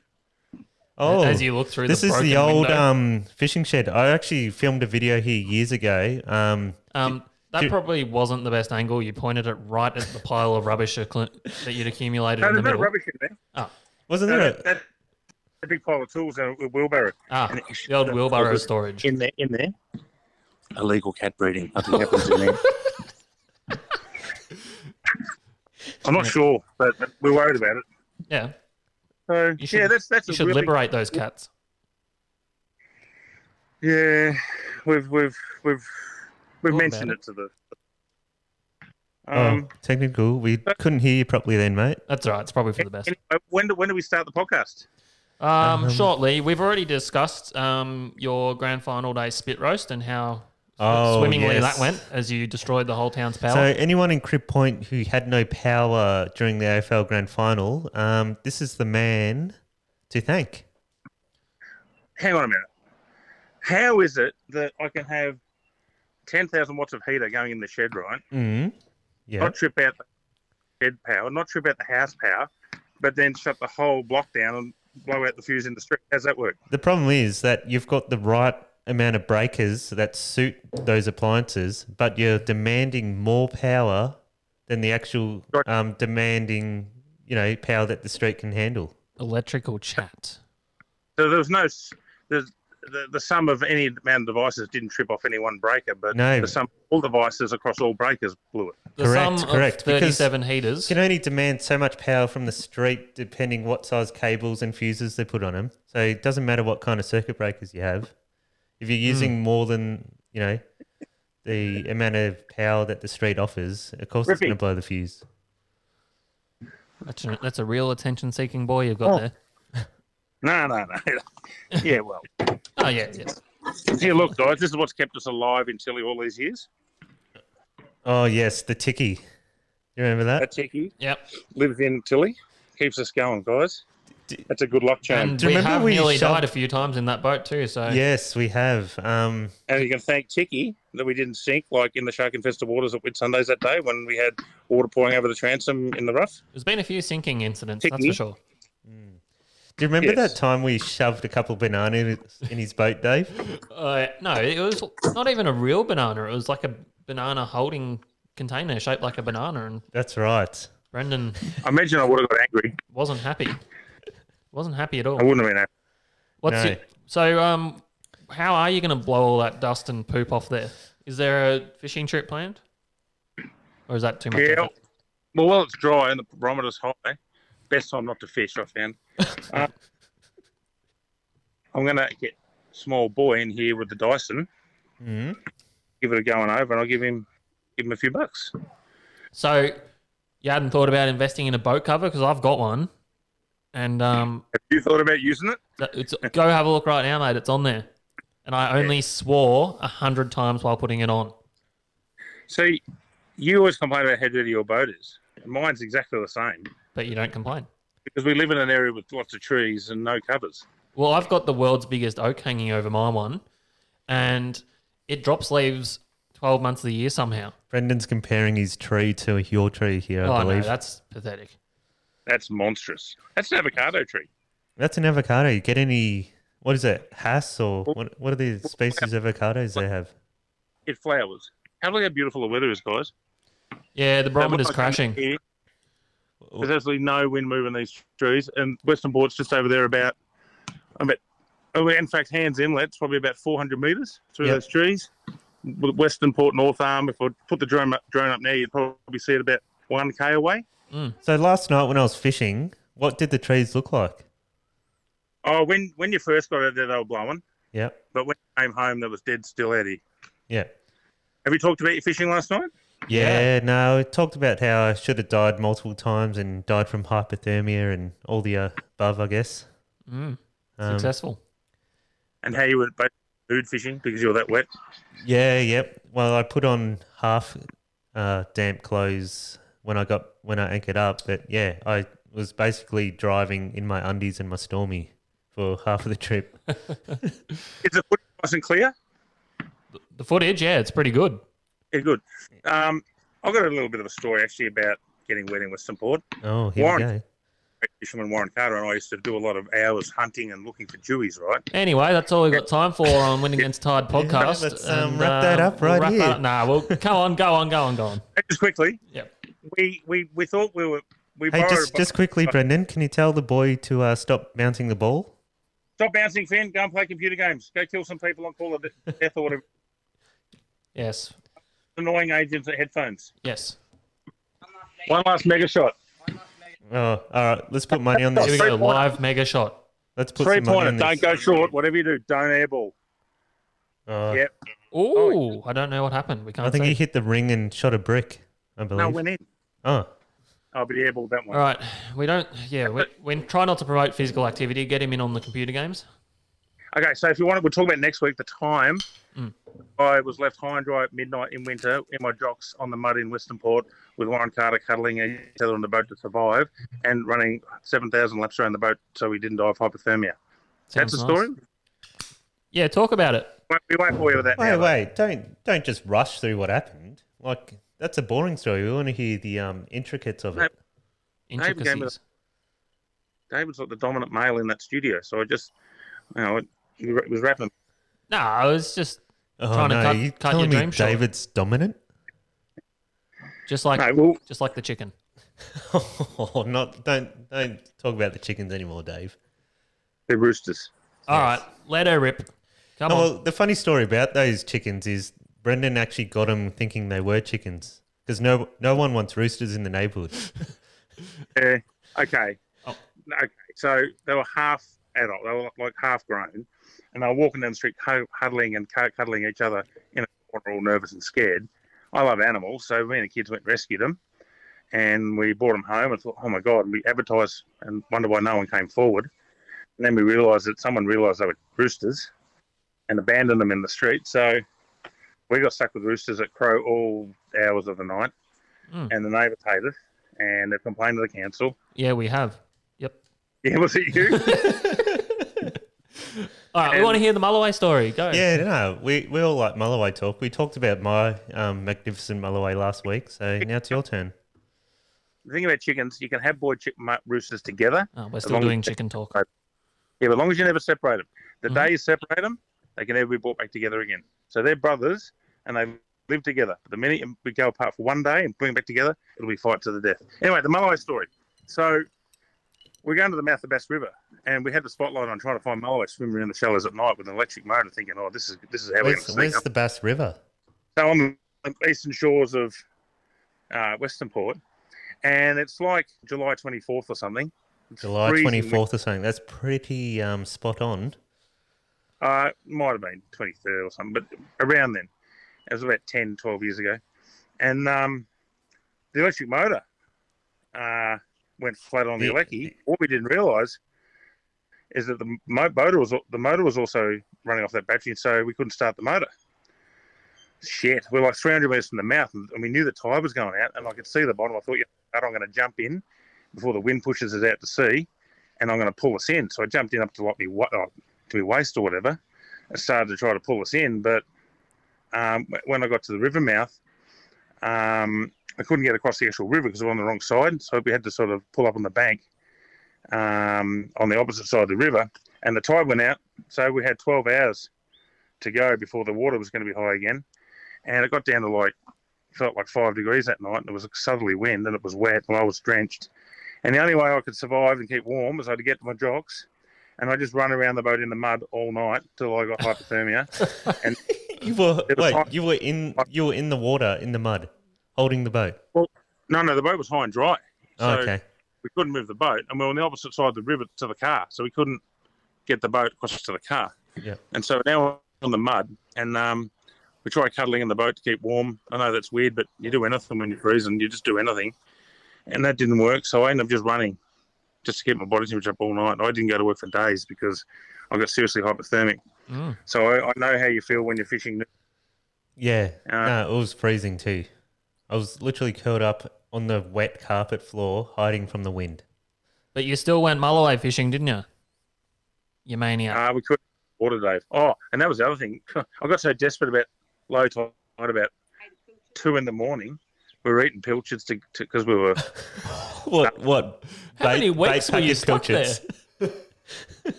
Oh,
As you look through
this
the
is the
broken
old
window.
um, fishing shed. I actually filmed a video here years ago. Um,
Um, that
do-
probably wasn't the best angle. You pointed it right at the pile of rubbish acc- that you'd accumulated
No,
in the
there's no
middle.
rubbish in there.
wasn't
No,
there?
that,
A,
that, a big pile of tools and a wheelbarrow.
Ah,
And it's-
the old wheelbarrow
it's-
storage.
In there, in there. Illegal cat breeding. Nothing happens in there. I'm not sure, but but we're worried about it.
Yeah,
So
You should-
yeah, that's that's
you
a
should
really,
liberate those cats.
yeah. We've we've we've we've
Thought
mentioned
about
it to the.
oh,
Um,
technical. We couldn't hear you properly then, mate.
That's all right. It's probably for
*laughs*
the best.
anyway, when do when do we start the podcast?
Um,
Um,
shortly, we've already discussed um, your grand final day spit roast and how
Oh,
swimmingly
yes.
that went as you destroyed the whole town's power.
So anyone in Crib Point who had no power during the AFL Grand Final, um, this is the man to thank.
Hang on a minute. How is it that I can have ten thousand watts of heater going in the shed, right?
Mm. Yeah.
not trip out the head power, not trip out the house power, but then shut the whole block down and blow out the fuse in the street. How's that work?
The problem is that you've got the right amount of breakers that suit those appliances, but you're demanding more power than the actual
Right.
um, demanding, you know, power that the street can handle.
Electrical chat.
So there was no s- there's, the the sum of any amount of devices didn't trip off any one breaker, but
No.
the sum of all devices across all breakers blew it.
The
Correct,
sum
correct,
Of
because-
Thirty-seven heaters.
You can only demand so much power from the street depending what size cables and fuses they put on them. So it doesn't matter what kind of circuit breakers you have. If you're using more than, you know, the amount of power that the street offers, of course it's going to
Rippy.
blow the fuse.
That's a, that's a real attention-seeking boy you've
Oh.
got there.
No, no, no. *laughs* yeah, well,
Oh yeah, yes.
yeah. Look, guys, this is what's kept us alive in Chile all these years.
Oh, yes, the ticky. You remember
That
that?
techie
Yep.
lives in Tilly, keeps us going, guys. That's a good luck charm.
And
do you
we
remember
have
we
nearly
shoved-
died a few times in that boat too. So
Yes, we have. Um,
And you can thank Tiki that we didn't sink like in the shark infested waters at Whit Sundays that day when we had water pouring over the transom in the rough.
there's been a few sinking incidents. That's for
Ticky.
sure.
do you remember
Yes.
that time we shoved a couple bananas in his boat, Dave?
Uh, no, it was not even a real banana. It was like a banana holding container shaped like a banana, and
That's right.
Brendan
I imagine I would have got angry.
wasn't happy. Wasn't happy at all.
I wouldn't have been angry.
What's
No.
your- so? Um, how are you going to blow all that dust and poop off there? Is there a fishing trip planned, or is that too much?
Yeah.
effort?
Well, while it's dry and the barometer's high, best time not to fish, I *laughs* found. Uh, I'm going to get small boy in here with the Dyson,
Mm.
give it a going over, and I'll give him give him a few bucks.
So, you hadn't thought about investing in a boat cover because I've got one, and um,
Have you thought about using it?
that- it's, go have a look right now, mate. It's on there, and I only swore a hundred times while putting it on.
See, you always complain about how dirty your boat is. Mine's exactly the same
But you don't complain.
because we live in an area with lots of trees and no covers.
Well, I've got the world's biggest oak hanging over my one, and it drops leaves twelve months of the year somehow.
Brendan's comparing his tree to your tree here, I
oh no,
believe.
that's pathetic.
That's monstrous. That's an avocado tree.
That's an avocado. You get any? What is it? Hass or what? What are the species of avocados they have?
It flowers. Have a look how beautiful the weather is, guys.
Yeah, the barometer's
Look, I come
crashing.
here, There's absolutely no wind moving these trees, and Western Board's just over there about, about oh, in fact, Hands Inlet's probably about 400 metres through
Yep.
those trees. With Western Port North Arm, if I put the drone up, drone up now, you'd probably see it about 1k away.
So last night when I was fishing, what did the trees look like?
Oh, when when you first got out there, they were blowing,
Yeah,
but when you came home, there was dead still, Eddie.
yeah,
Have you talked about your fishing last night?
yeah. No, I talked about how I should have died multiple times and died from hypothermia and all the uh, above, I guess.
Mm,
Um,
successful.
And how you were both food fishing because you were that wet?
Yeah, yep. Well, I put on half uh, damp clothes when I got when I anchored up, but yeah, I was basically
*laughs*
driving in my undies and my stormy for half of the trip.
It's a footy nice and clear?
The footage, yeah, it's pretty good.
Yeah, good. Um, I've got a little bit of a story actually about getting wet in Western Port.
Oh, here
Warren.
we go.
Fisherman Warren Carter and I used to do a lot of hours hunting and looking for dewies, right?
Anyway, that's all we've got time for on
*laughs*
Win Against Tide podcast.
let's, um, wrap that up right
wrap
here.
up- Nah, well, come on, go on, go on, go on.
Just quickly,
Yep.
we, we, we thought we were. We
Hey,
borrowed
just
a bu-
just quickly, Brendan, can you tell the boy to uh, stop mounting the ball?
Stop bouncing, Finn. Go and play computer games. Go kill some people on Call of Death or whatever.
Yes.
Annoying agents at headphones.
Yes.
One last mega shot.
Oh, all right. Let's put money on
*laughs*
Here we
this.
go. Live mega shot.
Let's put
Three
some money
pointer.
on
Don't
this.
go short. Whatever you do, don't airball.
Oh,
Yep.
Ooh, I don't know what happened. We can't.
I think
see.
he hit the ring and shot a brick. I believe.
No, went in.
oh,
I'll be airball that one.
All right, we don't. Yeah, we, we try not to promote physical activity. Get him in on the computer games.
Okay, so if you want, we'll talk about next week the time.
Mm.
I was left high and dry at midnight in winter in my jocks on the mud in Western Port with Warren Carter cuddling each other on the boat to survive and running 7,000 laps around the boat so we didn't die of hypothermia.
Sounds
That's the
nice.
story.
Yeah, talk about it.
Won't- We won't bore you with that
wait,
now.
wait. Don't don't just rush through what happened. Like that's a boring story. We want to hear the um intricates of it.
Name game of the-
Intricacies.
David's like the dominant male in that studio, so I just, you know, he ra- was rapping.
No, I was just
Oh
Trying to
no,
cut-
you
cut your
telling me
dream short.
David's dominant? *laughs*
just like
No, well,
just like the chicken.
Oh, not don't don't talk about the chickens anymore, Dave.
the Roosters.
All right, let her rip. Come
No,
on.
well, the funny story about those chickens is Brendan actually got them thinking they were chickens because no no one wants roosters in the
*laughs*
neighbourhood.
Yeah. Okay.
Oh.
Okay. So they were half adult. They were like- like half grown, and they were walking down the street, hu- huddling and cu- cuddling each other in a corner, all nervous and scared. I love animals, so me and the kids went and rescued them, and we brought them home and thought, oh my god, and we advertised and wonder why no one came forward. And then we realised that someone realised they were roosters, and abandoned them in the street. So we got stuck with roosters at crow all hours of the night,
Mm.
and the neighbours hate us, and they've complained to the council. *laughs*
Yeah, we have. Yep.
Yeah, was it you?
All right, we
And-
want to hear the Mulloway story. Go.
Yeah, no, we, we all like Mulloway talk. We talked about my um, magnificent Mulloway last week, so now it's your turn.
the thing about chickens, you can have boy chick mu- roosters together.
Oh, we're still
long-
doing chicken talk.
Yeah, but as long as you never separate them. The
Mhm.
day you separate them, they can never be brought back together again. So they're brothers and they live together. But the minute we go apart for one day and bring them back together, it'll be fight to the death. Anyway, the Mulloway story. So we're going to the mouth of Bass River and we had the spotlight on trying to find Mulloway swimming around the shallows at night with an electric motor thinking, oh, this is this is how we're going
Where's,
to sneak
where's
up.
the Bass River?
so on the eastern shores of uh, Western Port. And it's like July 24th or something. It's
July
freezing
24th or something. That's pretty um, spot on.
Uh, it might have been 23rd or something, but around then. It was about 10, 12 years ago. And um, the electric motor uh, went flat on the
The-
Alecki. What we didn't realise is that the mo- motor was the motor was also running off that battery, so we couldn't start the motor. Shit, we're like 300 metres from the mouth, and and we knew the tide was going out, and I could see the bottom. I thought, yeah, I'm going to jump in before the wind pushes us out to sea, and I'm going to pull us in. So I jumped in up to like me, wa- uh, to me waist or whatever, and started to try to pull us in. But um, wh- when I got to the river mouth, um, I couldn't get across the actual river because we were on the wrong side. So we had to sort of pull up on the bank um, on the opposite side of the river. And the tide went out. So we had 12 hours to go before the water was going to be high again. And it got down to like, felt like five degrees that night. And it was a southerly wind and it was wet and I was drenched. And the only way I could survive and keep warm was I had to get to my jocks. And I just run around the boat in the mud all night till I got hypothermia. *laughs*
You were
It was
wait,
hot.
you were in you were in the water in the mud, holding the boat.
no, no, the boat was high and dry.
Oh,
So-
okay.
we couldn't move the boat, and we were on the opposite side of the river to the car, so we couldn't get the boat across to the car.
Yeah.
And so now we're on the mud, and um, we try cuddling in the boat to keep warm. I know that's weird, but you do anything when you're freezing, you just do anything. And that didn't work, so I ended up just running, just to keep my body temperature up all night. I didn't go to work for days because I got seriously hypothermic.
Mm.
So I, I know how you feel when you're fishing.
Yeah.
Uh,
no, it was freezing too. I was literally curled up on the wet carpet floor, hiding from the wind. *laughs*
But you still went Mulloway fishing, didn't you? You maniac.
Uh, we could water, Dave. Oh, and that was the other thing. *laughs* I got so desperate about low tide about two in the morning. We were eating pilchards to because we were
What? What?
How many weeks were you stuck there?
*laughs*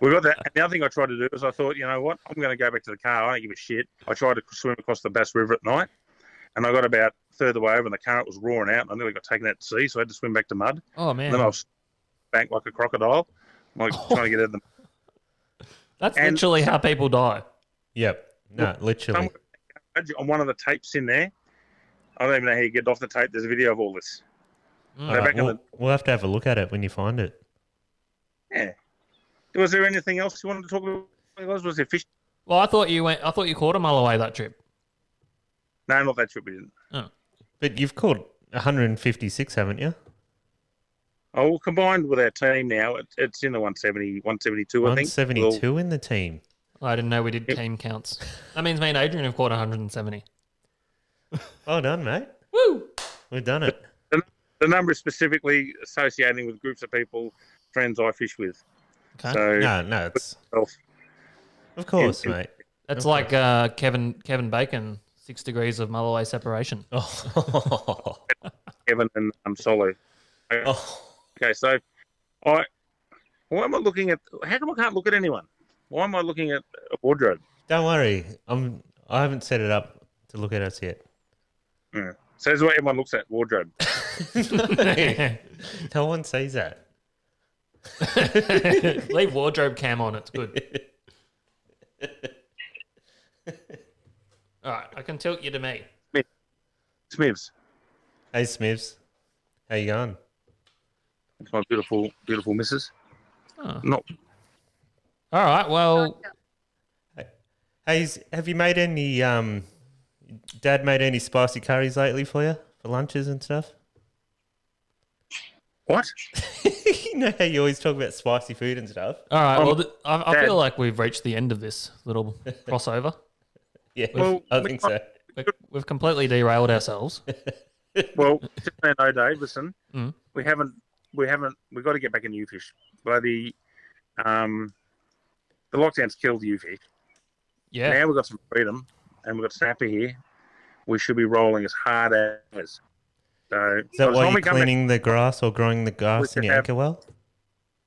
we got that. And the other thing I tried to do is I thought, you know what, I'm going to go back to the car. I don't give a shit. I tried to swim across the Bass River at night, and I got about third of the way over, and the car was roaring out, and I nearly got taken out to sea, so I had to swim back to mud.
Oh
And then I
man,
was banked like a crocodile, like trying to get out of the
that's
and-
literally how people die.
Yep. No, literally.
Somewhere on one of the tapes in there. I don't even know how you get off the tape. There's a video of all this.
All
They're
right,
back in
we'll, we'll have to have a look at it when you find it.
Was there anything else you wanted to talk about? guys? Was there fish?
Well, I thought you went. I thought you caught a mile away that trip.
No, not that trip. We didn't.
But you've caught 156, haven't you?
Oh, well, combined with our team now, it, it's in the 170, 172, I think. Well,
172 in the team.
I didn't know we did
Yep.
team counts. That means me and Adrian have caught 170.
Well done, mate.
Woo!
We've done it.
the number is specifically associating with groups of people, friends I fish with.
Okay.
So,
No, no, it's
self-
of course, mate. *laughs*
That's like uh, Kevin Kevin Bacon, six degrees of Mulloway separation. *laughs*
Oh,
Kevin and um, Solo.
oh.
Okay, so I, why am I looking at? How come I can't look at anyone? Why am I looking at a wardrobe?
don't worry. I'm. I haven't set it up to look at us yet. *laughs*
Yeah. So that's what everyone looks at wardrobe.
No one sees that. *laughs*
Leave wardrobe cam on. It's good. All right, I can tilt you to me.
Smiths.
Hey, Smiths, how you going?
It's my beautiful, beautiful missus.
Oh.
Not
All right, well,
Hey, is- have you made any? Um, Dad made any spicy curries lately for you for lunches and stuff? *laughs*
what?
you know how you always talk about spicy food and stuff.
all right.
Um,
Well, th- I, I
Dad.
feel like we've reached the end of this little crossover. *laughs*
Yeah,
Well,
*laughs* I
we-
think so.
We- We've completely derailed ourselves.
Well, just so you know, Dave. Listen,
Mm.
we haven't, we haven't, we've got to get back in fish. Bloody, um, the lockdown's killed fish.
Yeah,
Now we've got some freedom, and we've got Snapper here. We should be rolling as hard as. So
Is
by
that why
the
you're
time we come back-
cleaning the grass or growing the grass in
could
your
have-
anchor well?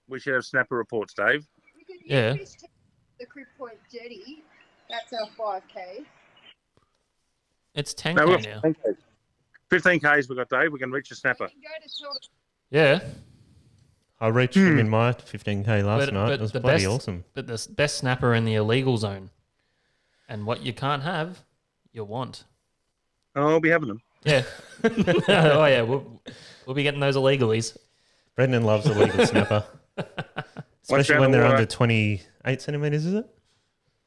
we should have Snapper reports, Dave.
We could
Yeah.
use the Crib Point Jetty. That's our 5K.
it's 10
No, we've
now.
got 15Ks. 15 Ks we've got, Dave. We can reach a snapper.
We can go to sort of
Yeah,
I reached
Hmm.
him in my 15k last
But-
night.
but
it was
the
bloody
best-
awesome.
but the s- best snapper in the illegal zone. And what you can't have, you want.
Oh, I'll be having them.
Yeah. *laughs* oh, yeah, we'll, we'll be getting those illegalies.
Brendan loves a
*laughs*
legal snapper, especially
out
when
of
they're
water.
under 28 centimeters. Is it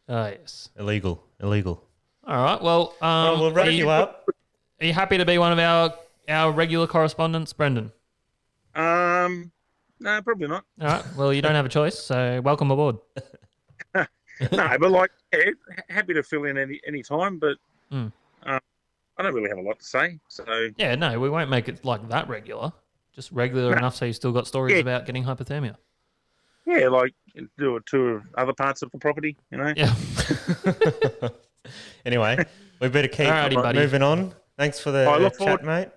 Oh, yes.
illegal? Illegal.
All right, well, um,
oh, we'll wrap
are, you,
you up. *laughs*
are you happy to be one of our, our regular correspondents, Brendan?
Um, no, probably not.
All right, well, you don't have a choice, so welcome aboard.
No, but like, yeah, ha- happy to fill in any any time, but
Mm.
um, I don't really have a lot to say. So
Yeah, no, we won't make it like that regular. Just regular
No.
enough so you still got stories
Yeah.
about getting hypothermia.
yeah, like do a tour of other parts of the property. You know,
Yeah.
Anyway, we better keep
Alrighty, buddy.
moving on. Thanks for the
I look
chat,
forward-
mate.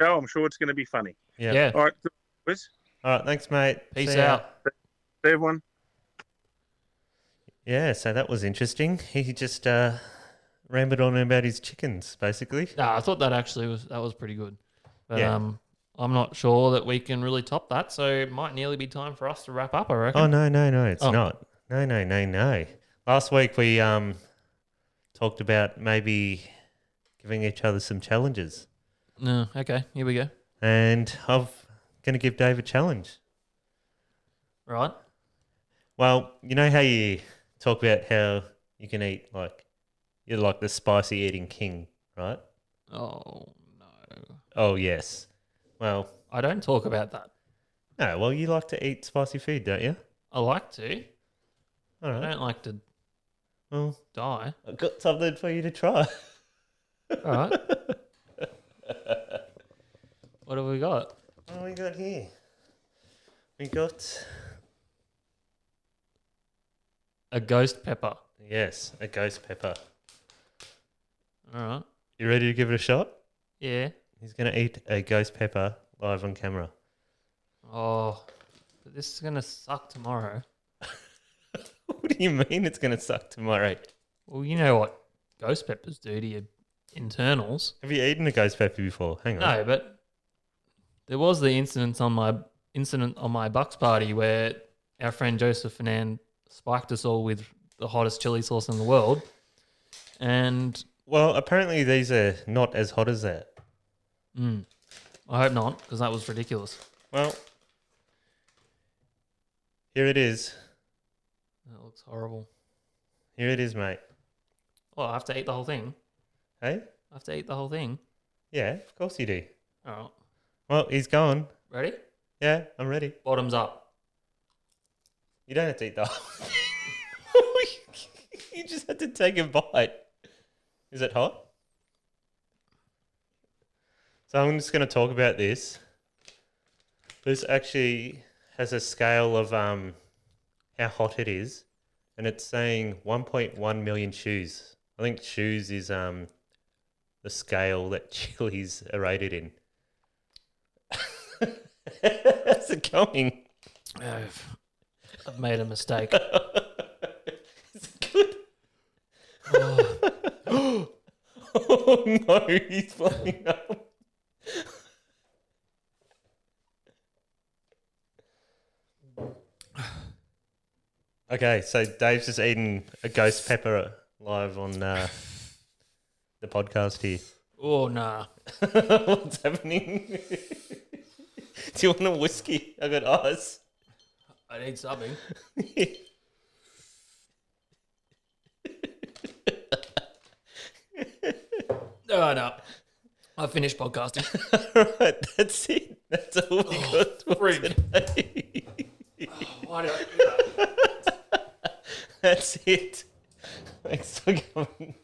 oh, I'm sure it's going to be funny.
Yeah.
yeah.
All right, good, boys.
All right. Thanks, mate.
Peace
See ya.
out.
See everyone.
Yeah. So that was interesting. He just uh, rambled on about his chickens, basically.
No, I thought that actually was that was pretty good. But
Yeah.
um I'm not sure that we can really top that, so it might nearly be time for us to wrap up, I reckon.
Oh no, no, no, it's
Oh.
not. No, no, no, no. Last week we um talked about maybe giving each other some challenges,
No, okay, here we go.
and I'm going to give Dave a challenge.
Right.
Well, you know how you talk about how you can eat like you're like the spicy eating king, right?
Oh no.
Oh yes. Well,
I don't talk about that.
no. Well, you like to eat spicy food, don't you?
I like to.
All
I
right.
don't like to
Well,
die.
Uh, I've got something for you to try.
All right. what have we got?
*laughs* What do we got here? We got
A ghost pepper.
Yes, a ghost pepper.
All right.
You ready to give it a shot?
Yeah.
He's going to eat a ghost pepper live on camera. *laughs*
Oh, but this is gonna suck tomorrow.
What do you mean it's going to suck tomorrow?
Well, you know what ghost peppers do to your internals.
Have you eaten a ghost pepper before? Hang on.
No, but there was the incident on my incident on my Bucks party where our friend Joseph Fernand spiked us all with the hottest chili sauce in the world, and
Well, apparently these are not as hot as that.
mm, I hope not because that was ridiculous.
Well, here it is.
That looks horrible.
Here it is, mate.
Oh, I have to eat the whole thing.
Hey?
I have to eat the whole thing.
Yeah, of course you do.
All right,
Well, he's gone.
ready?
Yeah, I'm ready.
Bottoms up.
You don't have to eat the whole thing. *laughs* you just had to take a bite. Is it hot? So I'm just going to talk about this. This actually has a scale of um, how hot it is, and it's saying 1.1 million shoes. I think shoes is um, the scale that *laughs* chilies are rated in. *laughs* How's it going?
I've I've made a mistake.
Is it good? *laughs* Oh. no, he's blowing up. okay, so Dave's just eating a ghost pepper live on uh, the podcast here. *laughs*
Oh nah.
What's happening? *laughs* Do you want a whiskey? I got ice. *laughs*
I need something. No, no. I finished *laughs* podcasting.
Alright, that's it. That's all we got for
frig.
today.
Why did I do that?
That's it. Thanks for coming.